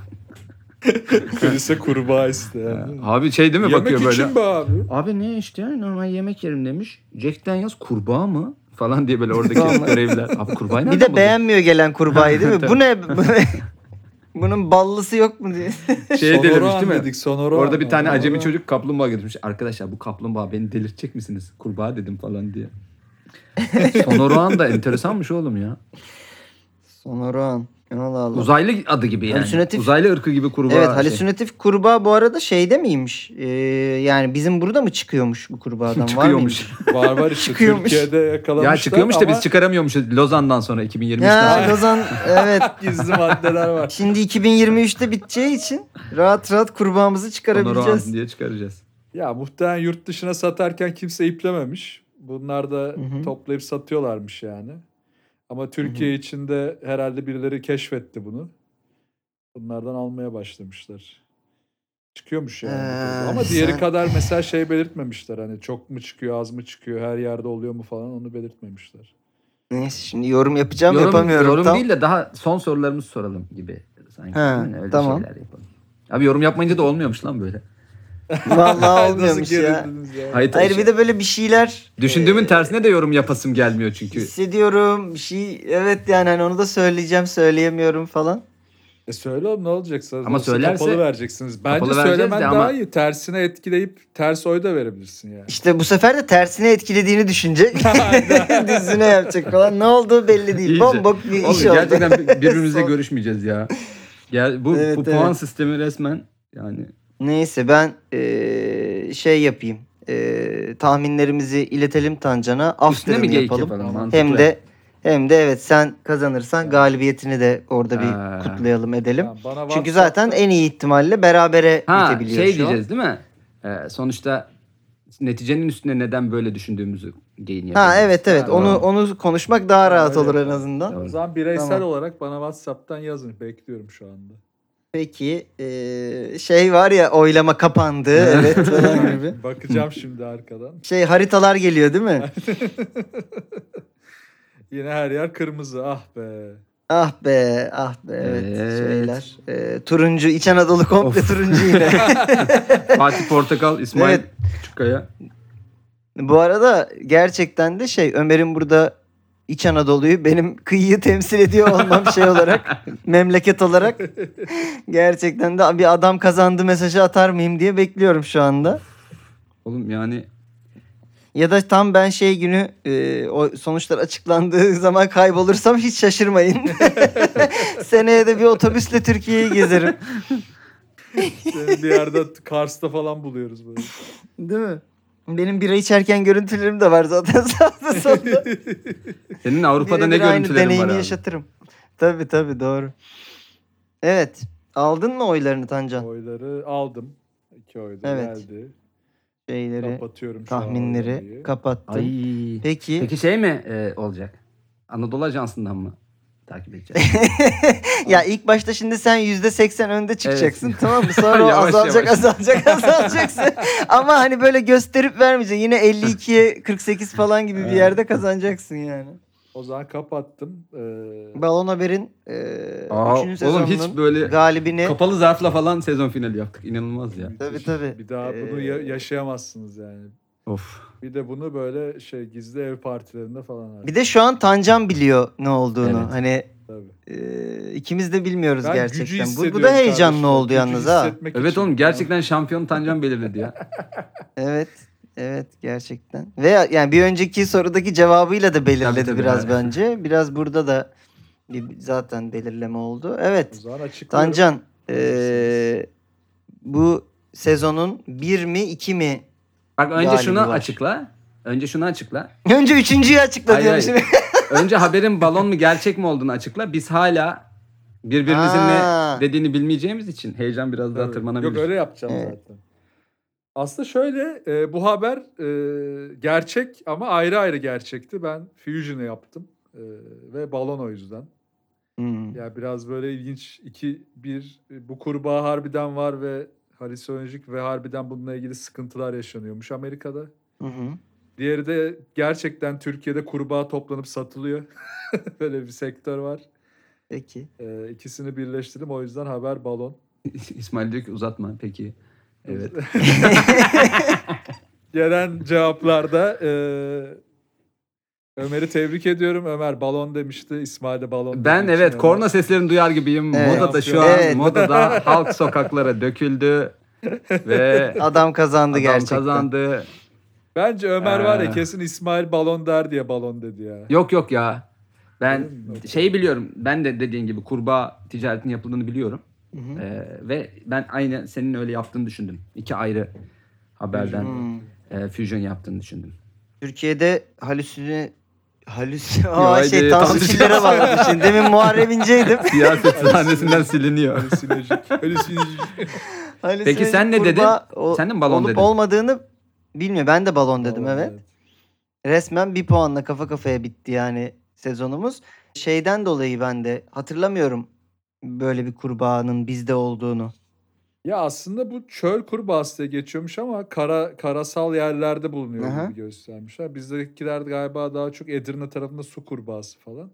Speaker 3: Kulise kurbağa iste. yani.
Speaker 4: abi şey değil mi
Speaker 3: Yemek
Speaker 4: bakıyor
Speaker 3: için
Speaker 4: böyle.
Speaker 3: be abi.
Speaker 4: Abi ne işte normal yemek yerim demiş. Jack Daniels kurbağa mı? Falan diye böyle oradaki
Speaker 2: Vallahi.
Speaker 4: görevliler. Abi kurbağayı
Speaker 2: Bir
Speaker 4: nereden
Speaker 2: de
Speaker 4: buldun?
Speaker 2: beğenmiyor gelen kurbağayı değil mi?
Speaker 4: Tabii.
Speaker 2: Bu ne? Bunun ballısı yok mu diye.
Speaker 4: Şey de
Speaker 3: Sonora
Speaker 4: demiş değil mi?
Speaker 3: dedik, sonora
Speaker 4: Orada bir
Speaker 3: an,
Speaker 4: tane
Speaker 3: sonora
Speaker 4: acemi
Speaker 3: an.
Speaker 4: çocuk kaplumbağa getirmiş. Arkadaşlar bu kaplumbağa beni delirtecek misiniz? Kurbağa dedim falan diye. Sonoruan da enteresanmış oğlum ya.
Speaker 2: Sonoran. Allah Allah.
Speaker 4: Uzaylı adı gibi yani.
Speaker 2: Halüsinatif-
Speaker 4: Uzaylı ırkı gibi kurbağa.
Speaker 2: Evet
Speaker 4: şey.
Speaker 2: halüsinatif kurbağa bu arada şeyde miymiş? Ee, yani bizim burada mı çıkıyormuş bu kurbağadan?
Speaker 4: çıkıyormuş.
Speaker 3: Var var işte
Speaker 2: Çıkıyormuş.
Speaker 3: Türkiye'de yakalamışlar
Speaker 4: ya çıkıyormuş da
Speaker 3: ama
Speaker 4: biz çıkaramıyormuşuz Lozan'dan sonra 2023'ten.
Speaker 2: Var mıymış? Ya
Speaker 4: sonra.
Speaker 2: Lozan evet.
Speaker 3: gizli maddeler var.
Speaker 2: Şimdi 2023'te biteceği için rahat rahat kurbağamızı çıkarabileceğiz.
Speaker 4: Sonoruan diye çıkaracağız.
Speaker 3: Ya muhtemelen yurt dışına satarken kimse iplememiş. Bunlar da
Speaker 2: hı.
Speaker 3: toplayıp satıyorlarmış yani. Ama Türkiye içinde herhalde birileri keşfetti bunu. Bunlardan almaya başlamışlar. Çıkıyormuş yani.
Speaker 2: Ee,
Speaker 3: Ama diğeri
Speaker 2: sen-
Speaker 3: kadar mesela şey belirtmemişler. Hani çok mu çıkıyor, az mı çıkıyor, her yerde oluyor mu falan onu belirtmemişler.
Speaker 2: Neyse şimdi yorum yapacağım
Speaker 4: yorum,
Speaker 2: yapamıyorum
Speaker 4: yorum
Speaker 2: tam.
Speaker 4: değil de daha son sorularımızı soralım gibi sanki.
Speaker 2: Ha,
Speaker 4: değil mi? Öyle
Speaker 2: tamam.
Speaker 4: şeyler yapalım. Abi yorum yapmayınca da olmuyormuş lan böyle.
Speaker 2: Vallahi
Speaker 3: Nasıl
Speaker 2: olmuyormuş ya.
Speaker 3: gerildiniz ya?
Speaker 4: Hayır,
Speaker 2: Hayır bir de böyle bir şeyler e,
Speaker 4: Düşündüğümün tersine de yorum yapasım gelmiyor çünkü.
Speaker 2: hissediyorum. Bir şey evet yani hani onu da söyleyeceğim söyleyemiyorum falan.
Speaker 3: E söyle oğlum ne olacak? Sana
Speaker 4: Ama söylerse-
Speaker 3: kapalı vereceksiniz. Bence
Speaker 4: Kapalı vereceğiz
Speaker 3: söylemen
Speaker 4: de ama-
Speaker 3: daha iyi. Tersine etkileyip ters oy da verebilirsin yani.
Speaker 2: İşte bu sefer de tersine etkilediğini düşünecek. Düzüne yapacak falan. Ne olduğu belli değil.
Speaker 4: İyice.
Speaker 2: Bombok bir
Speaker 4: Oğlum
Speaker 2: iş oldu.
Speaker 4: gerçekten bir- birbirimizle
Speaker 2: Son.
Speaker 4: görüşmeyeceğiz ya. Gel bu
Speaker 2: Evet,
Speaker 4: bu puan
Speaker 2: evet.
Speaker 4: sistemi resmen yani
Speaker 2: Neyse ben eee, şey yapayım. Eee, tahminlerimizi iletelim Tancan'a.
Speaker 4: üstüne mi
Speaker 2: After'ını
Speaker 4: geyik yapalım?
Speaker 2: yapalım.
Speaker 4: mantıklı.
Speaker 2: Hem de Hem de evet sen kazanırsan galibiyetini de orada bir
Speaker 4: Ha.
Speaker 2: kutlayalım edelim.
Speaker 3: Yani bana
Speaker 2: Çünkü
Speaker 3: WhatsApp'ta-
Speaker 2: zaten en iyi ihtimalle berabere
Speaker 4: Ha şey
Speaker 2: bitebiliyor şu an.
Speaker 4: diyeceğiz değil mi? Ee, sonuçta neticenin üstüne neden böyle düşündüğümüzü geyin
Speaker 2: Ha evet evet
Speaker 4: Ha,
Speaker 2: onu
Speaker 4: doğru.
Speaker 2: onu konuşmak daha
Speaker 3: Öyle
Speaker 2: rahat olur en
Speaker 3: yapalım.
Speaker 2: azından.
Speaker 4: Doğru.
Speaker 3: O zaman bireysel
Speaker 2: Tamam.
Speaker 3: olarak bana WhatsApp'tan yazın. Bekliyorum şu anda.
Speaker 2: Peki eee, şey var ya oylama kapandı evet falan gibi.
Speaker 3: Bakacağım şimdi arkadan.
Speaker 2: Şey haritalar geliyor değil mi?
Speaker 3: Yine her yer kırmızı. Ah be.
Speaker 2: Ah be ah be evet,
Speaker 4: Evet.
Speaker 2: şeyler. Eee, turuncu İç Anadolu komple turuncu yine.
Speaker 4: Fatih Portakal, İsmail
Speaker 2: Evet.
Speaker 4: Küçükkaya.
Speaker 2: Bu arada gerçekten de şey Ömer'in burada İç Anadolu'yu benim kıyıyı temsil ediyor olmam şey olarak memleket olarak gerçekten de bir adam kazandı mesajı atar mıyım diye bekliyorum şu anda.
Speaker 4: Oğlum yani
Speaker 2: Ya da tam ben şey günü e, o sonuçlar açıklandığı zaman kaybolursam hiç şaşırmayın. Seneye de bir otobüsle Türkiye'yi gezerim.
Speaker 3: Seni bir yerde Kars'ta falan buluyoruz böyle.
Speaker 2: Değil mi? Benim bira içerken görüntülerim de var zaten sağda solda.
Speaker 4: senin Avrupa'da ne
Speaker 2: Birebir aynı
Speaker 4: görüntülerin var
Speaker 2: deneyimi
Speaker 4: abi?
Speaker 2: yaşatırım. Tabii tabii doğru. Evet. Aldın mı oylarını Tancan?
Speaker 3: Oyları aldım. İki oyda
Speaker 2: Evet.
Speaker 3: geldi.
Speaker 2: Şeyleri,
Speaker 3: Kapatıyorum şu an
Speaker 2: tahminleri
Speaker 3: oylamayı.
Speaker 2: kapattın.
Speaker 4: Ay.
Speaker 2: Peki.
Speaker 4: Peki şey mi e, olacak? Anadolu Ajansı'ndan mı takip edeceğiz?
Speaker 2: ya ilk başta şimdi sen yüzde seksen önde çıkacaksın
Speaker 4: Evet.
Speaker 2: tamam mı? Sonra o
Speaker 4: Yavaş
Speaker 2: azalacak,
Speaker 4: yavaş.
Speaker 2: azalacak azalacaksın. Ama hani böyle gösterip vermeyeceksin. Yine 52'ye 48 falan gibi bir
Speaker 3: Evet.
Speaker 2: yerde kazanacaksın yani.
Speaker 3: O zaman kapattım. Ee,
Speaker 2: Balon Haber'in e,
Speaker 4: Aa,
Speaker 2: üçüncü sezonunun
Speaker 4: oğlum hiç böyle
Speaker 2: galibini
Speaker 4: kapalı zarfla falan sezon finali yaptık. İnanılmaz ya.
Speaker 2: Tabii,
Speaker 3: müthiş.
Speaker 2: tabii.
Speaker 3: Bir daha bunu
Speaker 2: Ee,
Speaker 3: ya- yaşayamazsınız yani.
Speaker 4: Of.
Speaker 3: Bir de bunu böyle şey gizli ev partilerinde falan artık.
Speaker 2: bir de şu an Tancan biliyor ne olduğunu.
Speaker 4: Evet.
Speaker 2: Hani
Speaker 3: Tabii.
Speaker 2: e, ikimiz de bilmiyoruz
Speaker 3: Ben gücü
Speaker 2: gerçekten. Bu, bu da
Speaker 3: hissediyorum
Speaker 2: heyecanlı
Speaker 3: kardeşim.
Speaker 2: oldu
Speaker 3: Gücü
Speaker 2: yalnız ha.
Speaker 3: hissetmek
Speaker 4: Evet
Speaker 3: için.
Speaker 4: oğlum gerçekten şampiyon Tancan belirledi ya.
Speaker 2: Evet. Evet gerçekten. Ve yani bir önceki sorudaki cevabıyla da belirledi
Speaker 4: Tabii, tabii,
Speaker 2: biraz
Speaker 4: evet.
Speaker 2: bence. Biraz burada da bir- zaten belirleme oldu.
Speaker 3: O
Speaker 2: Evet.
Speaker 3: zaman açıklıyorum.
Speaker 2: Tancan eee, bu sezonun bir mi iki mi?
Speaker 4: Bak önce
Speaker 2: Galibi
Speaker 4: şunu
Speaker 2: var.
Speaker 4: açıkla. Önce şunu açıkla.
Speaker 2: Önce üçüncüyü açıkla
Speaker 4: Hayır,
Speaker 2: diyorum
Speaker 4: hayır.
Speaker 2: şimdi.
Speaker 4: Önce haberin balon mu gerçek mi olduğunu açıkla. Biz hala birbirimizin
Speaker 2: Aa.
Speaker 4: ne dediğini bilmeyeceğimiz için heyecan biraz daha
Speaker 3: Tabii.
Speaker 4: tırmanabilir.
Speaker 3: Yok öyle yapacağım
Speaker 2: Evet.
Speaker 3: zaten. Aslında şöyle e, bu haber e, gerçek ama ayrı ayrı gerçekti. Ben Fusion'ı yaptım e, ve balon o yüzden.
Speaker 2: Hmm.
Speaker 3: Ya biraz böyle ilginç iki bir e, bu kurbağa harbiden var ve halüsinojik ve harbiden bununla ilgili sıkıntılar yaşanıyormuş Amerika'da.
Speaker 2: Hı hı.
Speaker 3: Diğeri de gerçekten Türkiye'de kurbağa toplanıp satılıyor. Böyle bir sektör var.
Speaker 2: Peki.
Speaker 3: E, ikisini birleştirdim o yüzden haber balon.
Speaker 4: İsmail diyor ki uzatma peki. Evet.
Speaker 3: Gelen cevaplarda e, Ömer'i tebrik ediyorum. Ömer balon demişti. İsmail de balon.
Speaker 4: Ben
Speaker 3: dediği için
Speaker 4: evet
Speaker 3: Ömer-
Speaker 4: korna seslerini duyar gibiyim.
Speaker 2: Evet.
Speaker 4: Moda da şu an
Speaker 2: Evet.
Speaker 4: moda da halk sokaklara döküldü ve
Speaker 2: Adam kazandı
Speaker 4: adam
Speaker 2: gerçekten.
Speaker 4: kazandı.
Speaker 3: Bence Ömer var ya
Speaker 4: Ee.
Speaker 3: kesin İsmail balon der diye balon dedi ya.
Speaker 4: Yok yok ya. Ben
Speaker 3: Öyle mi?
Speaker 4: şeyi biliyorum. Ben de dediğin gibi kurbağa ticaretinin yapıldığını biliyorum.
Speaker 2: Hı hı.
Speaker 4: Ee, ve ben aynı senin öyle yaptığını düşündüm. İki ayrı haberden
Speaker 2: Hmm.
Speaker 4: e, fusion yaptığını düşündüm.
Speaker 2: Türkiye'de halüsini halüs Aa,
Speaker 4: Haydi,
Speaker 2: şey
Speaker 4: tam
Speaker 2: Tansu
Speaker 4: dışarı.
Speaker 2: Çiller'e bağladım şimdi. Demin Muharrem İnce'ydim.
Speaker 4: Siyaset sahnesinden siliniyor.
Speaker 3: Halüsinojik. halüsinojik.
Speaker 2: Halüsinojik
Speaker 4: sen ne dedin?
Speaker 2: kurbağa o-
Speaker 4: Sen de mi balon
Speaker 2: olup
Speaker 4: dedin?
Speaker 2: olmadığını bilmiyorum. Ben de balon dedim
Speaker 3: Balon,
Speaker 2: evet. Resmen bir puanla kafa kafaya bitti yani sezonumuz. Şeyden dolayı ben de hatırlamıyorum böyle bir kurbağanın bizde olduğunu.
Speaker 3: Ya aslında bu çöl kurbağası diye geçiyormuş ama kara karasal yerlerde bulunuyor
Speaker 2: Aha.
Speaker 3: gibi göstermişler. Bizdekiler galiba daha çok Edirne tarafında su kurbağası falan.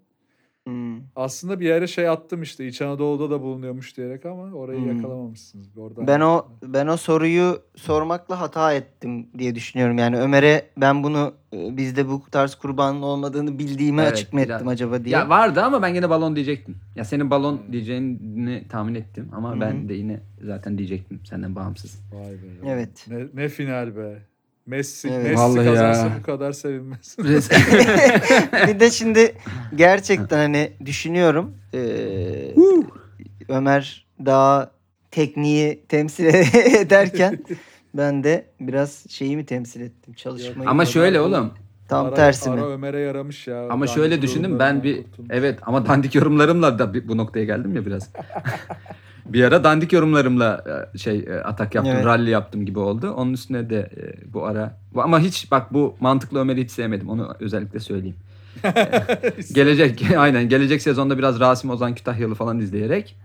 Speaker 2: Hmm.
Speaker 3: Aslında bir yere şey attım işte İç Anadolu'da da bulunuyormuş diyerek ama orayı
Speaker 2: Hmm.
Speaker 3: yakalamamışsınız. Oradan
Speaker 2: Ben o ben o soruyu sormakla hata ettim diye düşünüyorum. Yani Ömer'e ben bunu e, bizde bu tarz kurbanın olmadığını bildiğimi
Speaker 4: Evet,
Speaker 2: açık mı
Speaker 4: biraz-
Speaker 2: ettim acaba diye.
Speaker 4: Ya vardı ama ben gene balon diyecektim. Ya senin balon diyeceğini tahmin ettim ama
Speaker 2: Hı
Speaker 4: ben de yine zaten diyecektim senden bağımsız.
Speaker 3: Vay be.
Speaker 2: Evet.
Speaker 3: Ne, ne final be. Messi,
Speaker 2: Evet.
Speaker 3: Messi
Speaker 4: Vallahi
Speaker 3: kazansa
Speaker 4: ya.
Speaker 3: bu kadar sevinmez.
Speaker 2: bir de şimdi gerçekten hani düşünüyorum. eee, Ömer daha tekniği temsil e-, ederken ben de biraz şeyi mi temsil ettim çalışmayı.
Speaker 4: ama
Speaker 2: mı?
Speaker 4: şöyle oğlum
Speaker 2: Tam
Speaker 3: Ara-
Speaker 2: tersi mi?
Speaker 3: Ara Ömer'e yaramış ya.
Speaker 4: Ama
Speaker 3: Dandik
Speaker 4: şöyle düşündüm ben
Speaker 3: yorumlarından
Speaker 4: bir
Speaker 3: kurtulmuş.
Speaker 4: evet ama dandik yorumlarımla da bir- bu noktaya geldim ya biraz. bir ara dandik yorumlarımla e, şey e, atak yaptım,
Speaker 2: Evet.
Speaker 4: rally yaptım gibi oldu. Onun üstüne de e, bu ara bu- ama hiç bak bu mantıklı Ömer'i hiç sevmedim. Onu özellikle söyleyeyim. E, gelecek aynen gelecek sezonda biraz Rasim Ozan Kütahyalı falan izleyerek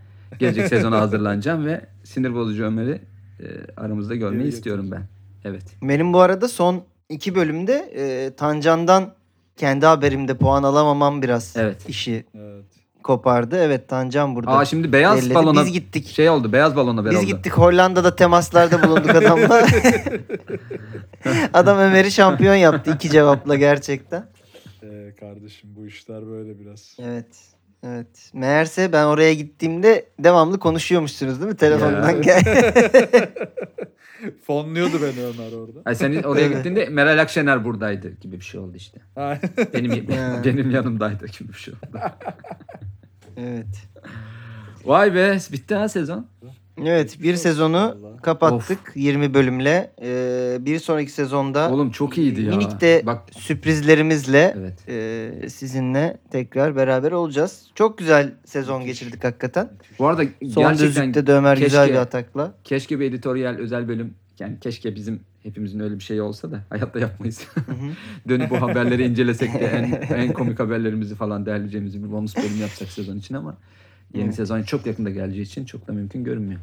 Speaker 4: gelecek sezona hazırlanacağım ve sinir bozucu Ömer'i e, aramızda görmeyi
Speaker 3: Geri
Speaker 4: istiyorum ben. Evet.
Speaker 2: Benim bu arada son iki bölümde e, Tancan'dan kendi haberimde puan alamamam biraz
Speaker 4: Evet.
Speaker 2: işi
Speaker 3: Evet.
Speaker 2: kopardı. Evet Tancan burada.
Speaker 4: Aa şey, şimdi beyaz
Speaker 2: elledi.
Speaker 4: balona
Speaker 2: Biz gittik.
Speaker 4: şey oldu. Beyaz balona
Speaker 2: Biz
Speaker 4: oldu.
Speaker 2: gittik Hollanda'da temaslarda bulunduk adamla. Adam Ömer'i şampiyon yaptı iki cevapla gerçekten.
Speaker 3: Ee, kardeşim bu işler böyle biraz.
Speaker 2: Evet. Evet. Meğerse ben oraya gittiğimde devamlı konuşuyormuşsunuz değil mi? Telefondan
Speaker 4: Ya.
Speaker 2: gel.
Speaker 3: Fonluyordu beni Ömer orada.
Speaker 4: Ay sen oraya
Speaker 2: Evet.
Speaker 4: gittiğinde Meral Akşener buradaydı gibi bir şey oldu işte.
Speaker 3: Ha,
Speaker 4: Benim
Speaker 2: Ha.
Speaker 4: benim yanımdaydı gibi bir şey oldu.
Speaker 2: evet.
Speaker 4: Vay be bitti ha sezon.
Speaker 2: Evet bir sezonu
Speaker 3: Vallahi.
Speaker 2: kapattık 20 bölümle. Ee, bir sonraki sezonda
Speaker 4: Oğlum çok iyiydi ya.
Speaker 2: minik de
Speaker 4: Bak
Speaker 2: sürprizlerimizle
Speaker 4: evet.
Speaker 2: e, sizinle tekrar beraber olacağız. Çok güzel sezon
Speaker 3: Müthiş.
Speaker 2: geçirdik hakikaten.
Speaker 4: Bu arada
Speaker 2: Son
Speaker 4: gerçekten
Speaker 2: düzlükte de Ömer
Speaker 4: keşke-
Speaker 2: güzel bir atakla.
Speaker 4: keşke bir editoryal özel bölüm yani keşke bizim hepimizin öyle bir şey olsa da hayatta yapmayız.
Speaker 2: hı.
Speaker 4: Dönüp bu haberleri incelesek de en, en komik haberlerimizi falan derleyeceğimiz bir bonus bölüm yapsak sezon için ama yeni
Speaker 2: Evet.
Speaker 4: sezon çok yakında geleceği için çok da mümkün görünmüyor.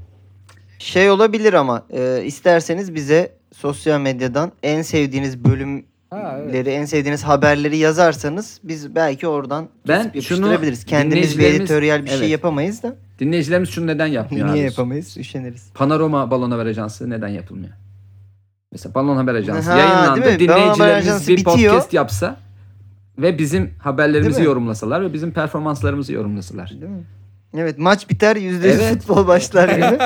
Speaker 2: Şey olabilir ama e, isterseniz bize sosyal medyadan en sevdiğiniz bölümleri,
Speaker 3: ha, evet.
Speaker 2: en sevdiğiniz haberleri yazarsanız biz belki oradan
Speaker 4: Ben
Speaker 2: kesip
Speaker 4: şunu
Speaker 2: yapıştırabiliriz. Kendimiz bir
Speaker 4: dinleyicilerimiz-
Speaker 2: editoryal bir şey
Speaker 4: Evet.
Speaker 2: yapamayız da.
Speaker 4: Dinleyicilerimiz şunu neden yapmıyor
Speaker 2: Niye
Speaker 4: abi?
Speaker 2: yapamayız? Üşeniriz.
Speaker 4: Panorama Balon Haber Ajansı neden yapılmıyor? Mesela Balon Haber Ajansı
Speaker 2: Ha,
Speaker 4: yayınlandı.
Speaker 2: değil mi? Balon Haber
Speaker 4: Dinleyicilerimiz
Speaker 2: Ajansı
Speaker 4: bir
Speaker 2: bitiyor.
Speaker 4: podcast yapsa ve bizim haberlerimizi
Speaker 2: Değil mi?
Speaker 4: yorumlasalar ve bizim performanslarımızı yorumlasalar.
Speaker 2: Değil mi? Evet maç biter yüzde yüz
Speaker 4: Evet.
Speaker 2: futbol başlar gibi.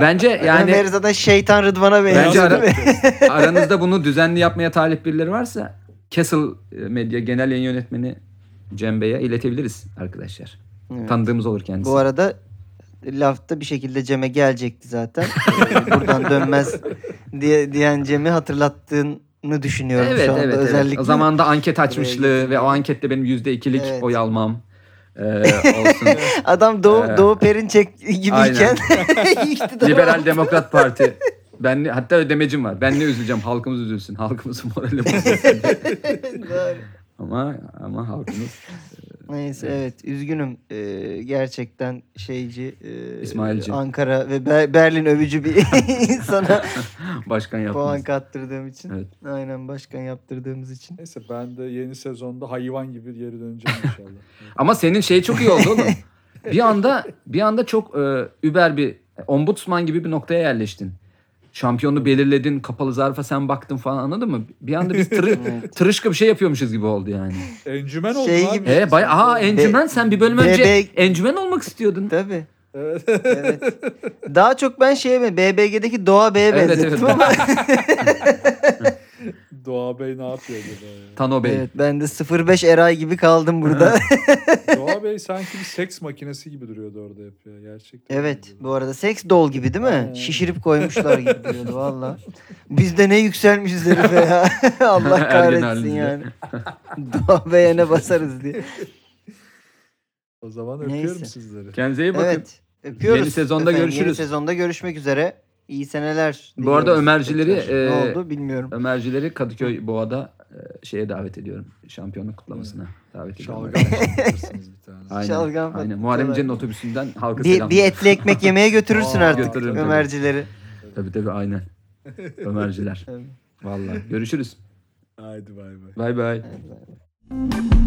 Speaker 4: Bence
Speaker 2: yani, Ömer
Speaker 4: yani
Speaker 2: zaten şeytan Rıdvan'a
Speaker 4: bence
Speaker 2: benziyor
Speaker 4: ara-
Speaker 2: değil mi?
Speaker 4: aranızda bunu düzenli yapmaya talip birileri varsa Castle Medya Genel Yayın Yönetmeni Cem Bey'e iletebiliriz arkadaşlar.
Speaker 2: Evet.
Speaker 4: Tanıdığımız olur kendisi.
Speaker 2: Bu arada lafta bir şekilde Cem'e gelecekti zaten. Ee, Buradan dönmez diye diyen Cem'i hatırlattığını düşünüyorum
Speaker 4: evet
Speaker 2: şu anda
Speaker 4: evet evet.
Speaker 2: özellikle.
Speaker 4: O zaman da anket açmışlığı ve o ankette benim yüzde ikilik
Speaker 2: Evet.
Speaker 4: oy almam e, olsun.
Speaker 2: Adam Doğu,
Speaker 4: Ee,
Speaker 2: Doğu Perinçek gibiyken iktidara-
Speaker 4: Liberal Demokrat Parti. Ben hatta ödemecim var. Ben ne üzüleceğim? Halkımız üzülsün. Halkımızın morali bozulsun.
Speaker 2: Doğru.
Speaker 4: ama ama halkımız
Speaker 2: Neyse evet üzgünüm Ee, gerçekten şeyci e,
Speaker 4: İsmailci.
Speaker 2: Ankara ve Ber- Berlin övücü bir insana
Speaker 4: başkan
Speaker 2: puan
Speaker 4: yapmaz.
Speaker 2: kattırdığım için.
Speaker 4: Evet.
Speaker 2: Aynen başkan yaptırdığımız için.
Speaker 3: Neyse ben de yeni sezonda hayvan gibi geri döneceğim inşallah.
Speaker 4: Ama senin şey çok iyi oldu oğlum. Bir anda bir anda çok e, über bir ombudsman gibi bir noktaya yerleştin. Şampiyonu belirledin, kapalı zarfa sen baktın falan anladın mı? Bir anda biz tırı, tırışka bir şey yapıyormuşuz gibi oldu yani.
Speaker 3: Encümen oldu
Speaker 2: Şey
Speaker 3: abi.
Speaker 2: gibi-
Speaker 4: E bayağı aa encümen sen bir bölüm
Speaker 2: Be-
Speaker 4: önce
Speaker 2: be-
Speaker 4: encümen olmak istiyordun.
Speaker 2: Tabii.
Speaker 3: Evet.
Speaker 2: Evet. Daha çok ben şeye mi BBG'deki Doğa Bey'e
Speaker 4: Evet,
Speaker 2: benzettim
Speaker 4: evet.
Speaker 2: ama
Speaker 3: Doğa Bey ne yapıyor acaba ya?
Speaker 4: Tano Bey.
Speaker 2: evet, ben de 05 Eray gibi kaldım burada.
Speaker 3: Doğa Bey sanki bir seks makinesi gibi duruyordu orada yapıyor gerçekten.
Speaker 2: evet bu arada seks dol gibi değil mi?
Speaker 3: Aynen.
Speaker 2: Şişirip koymuşlar gibi duruyordu valla. Biz de ne yükselmişiz herife ya. Allah
Speaker 4: Ergen
Speaker 2: kahretsin
Speaker 4: halinde.
Speaker 2: yani. Doğa Bey'e ne basarız diye.
Speaker 3: O zaman
Speaker 2: Neyse.
Speaker 3: öpüyorum sizleri.
Speaker 4: Kendinize iyi bakın.
Speaker 2: Evet öpüyoruz.
Speaker 4: Yeni sezonda
Speaker 2: Yeni
Speaker 4: görüşürüz.
Speaker 2: sezonda görüşmek üzere. İyi seneler.
Speaker 4: Bu arada
Speaker 2: diliyoruz
Speaker 4: Ömercileri,
Speaker 2: tekrar.
Speaker 4: e,
Speaker 2: Ne oldu bilmiyorum.
Speaker 4: Ömercileri Kadıköy Boğa'da e, şeye davet ediyorum. Şampiyonluk kutlamasına davet ediyorum.
Speaker 3: Şalgam yaparsınız bir tane.
Speaker 4: Aynen.
Speaker 2: Şalgam
Speaker 4: aynen.
Speaker 2: falan.
Speaker 4: Muharrem İnce'nin otobüsünden halka
Speaker 2: Bir,
Speaker 4: selam.
Speaker 2: bir etli ekmek yemeye götürürsün
Speaker 3: Aa,
Speaker 2: artık
Speaker 4: götürürüm tabii.
Speaker 2: Ömercileri.
Speaker 4: Tabii tabii aynen. Ömerciler.
Speaker 2: Tabii.
Speaker 4: Vallahi görüşürüz.
Speaker 3: Haydi bay bay.
Speaker 4: Bay bay.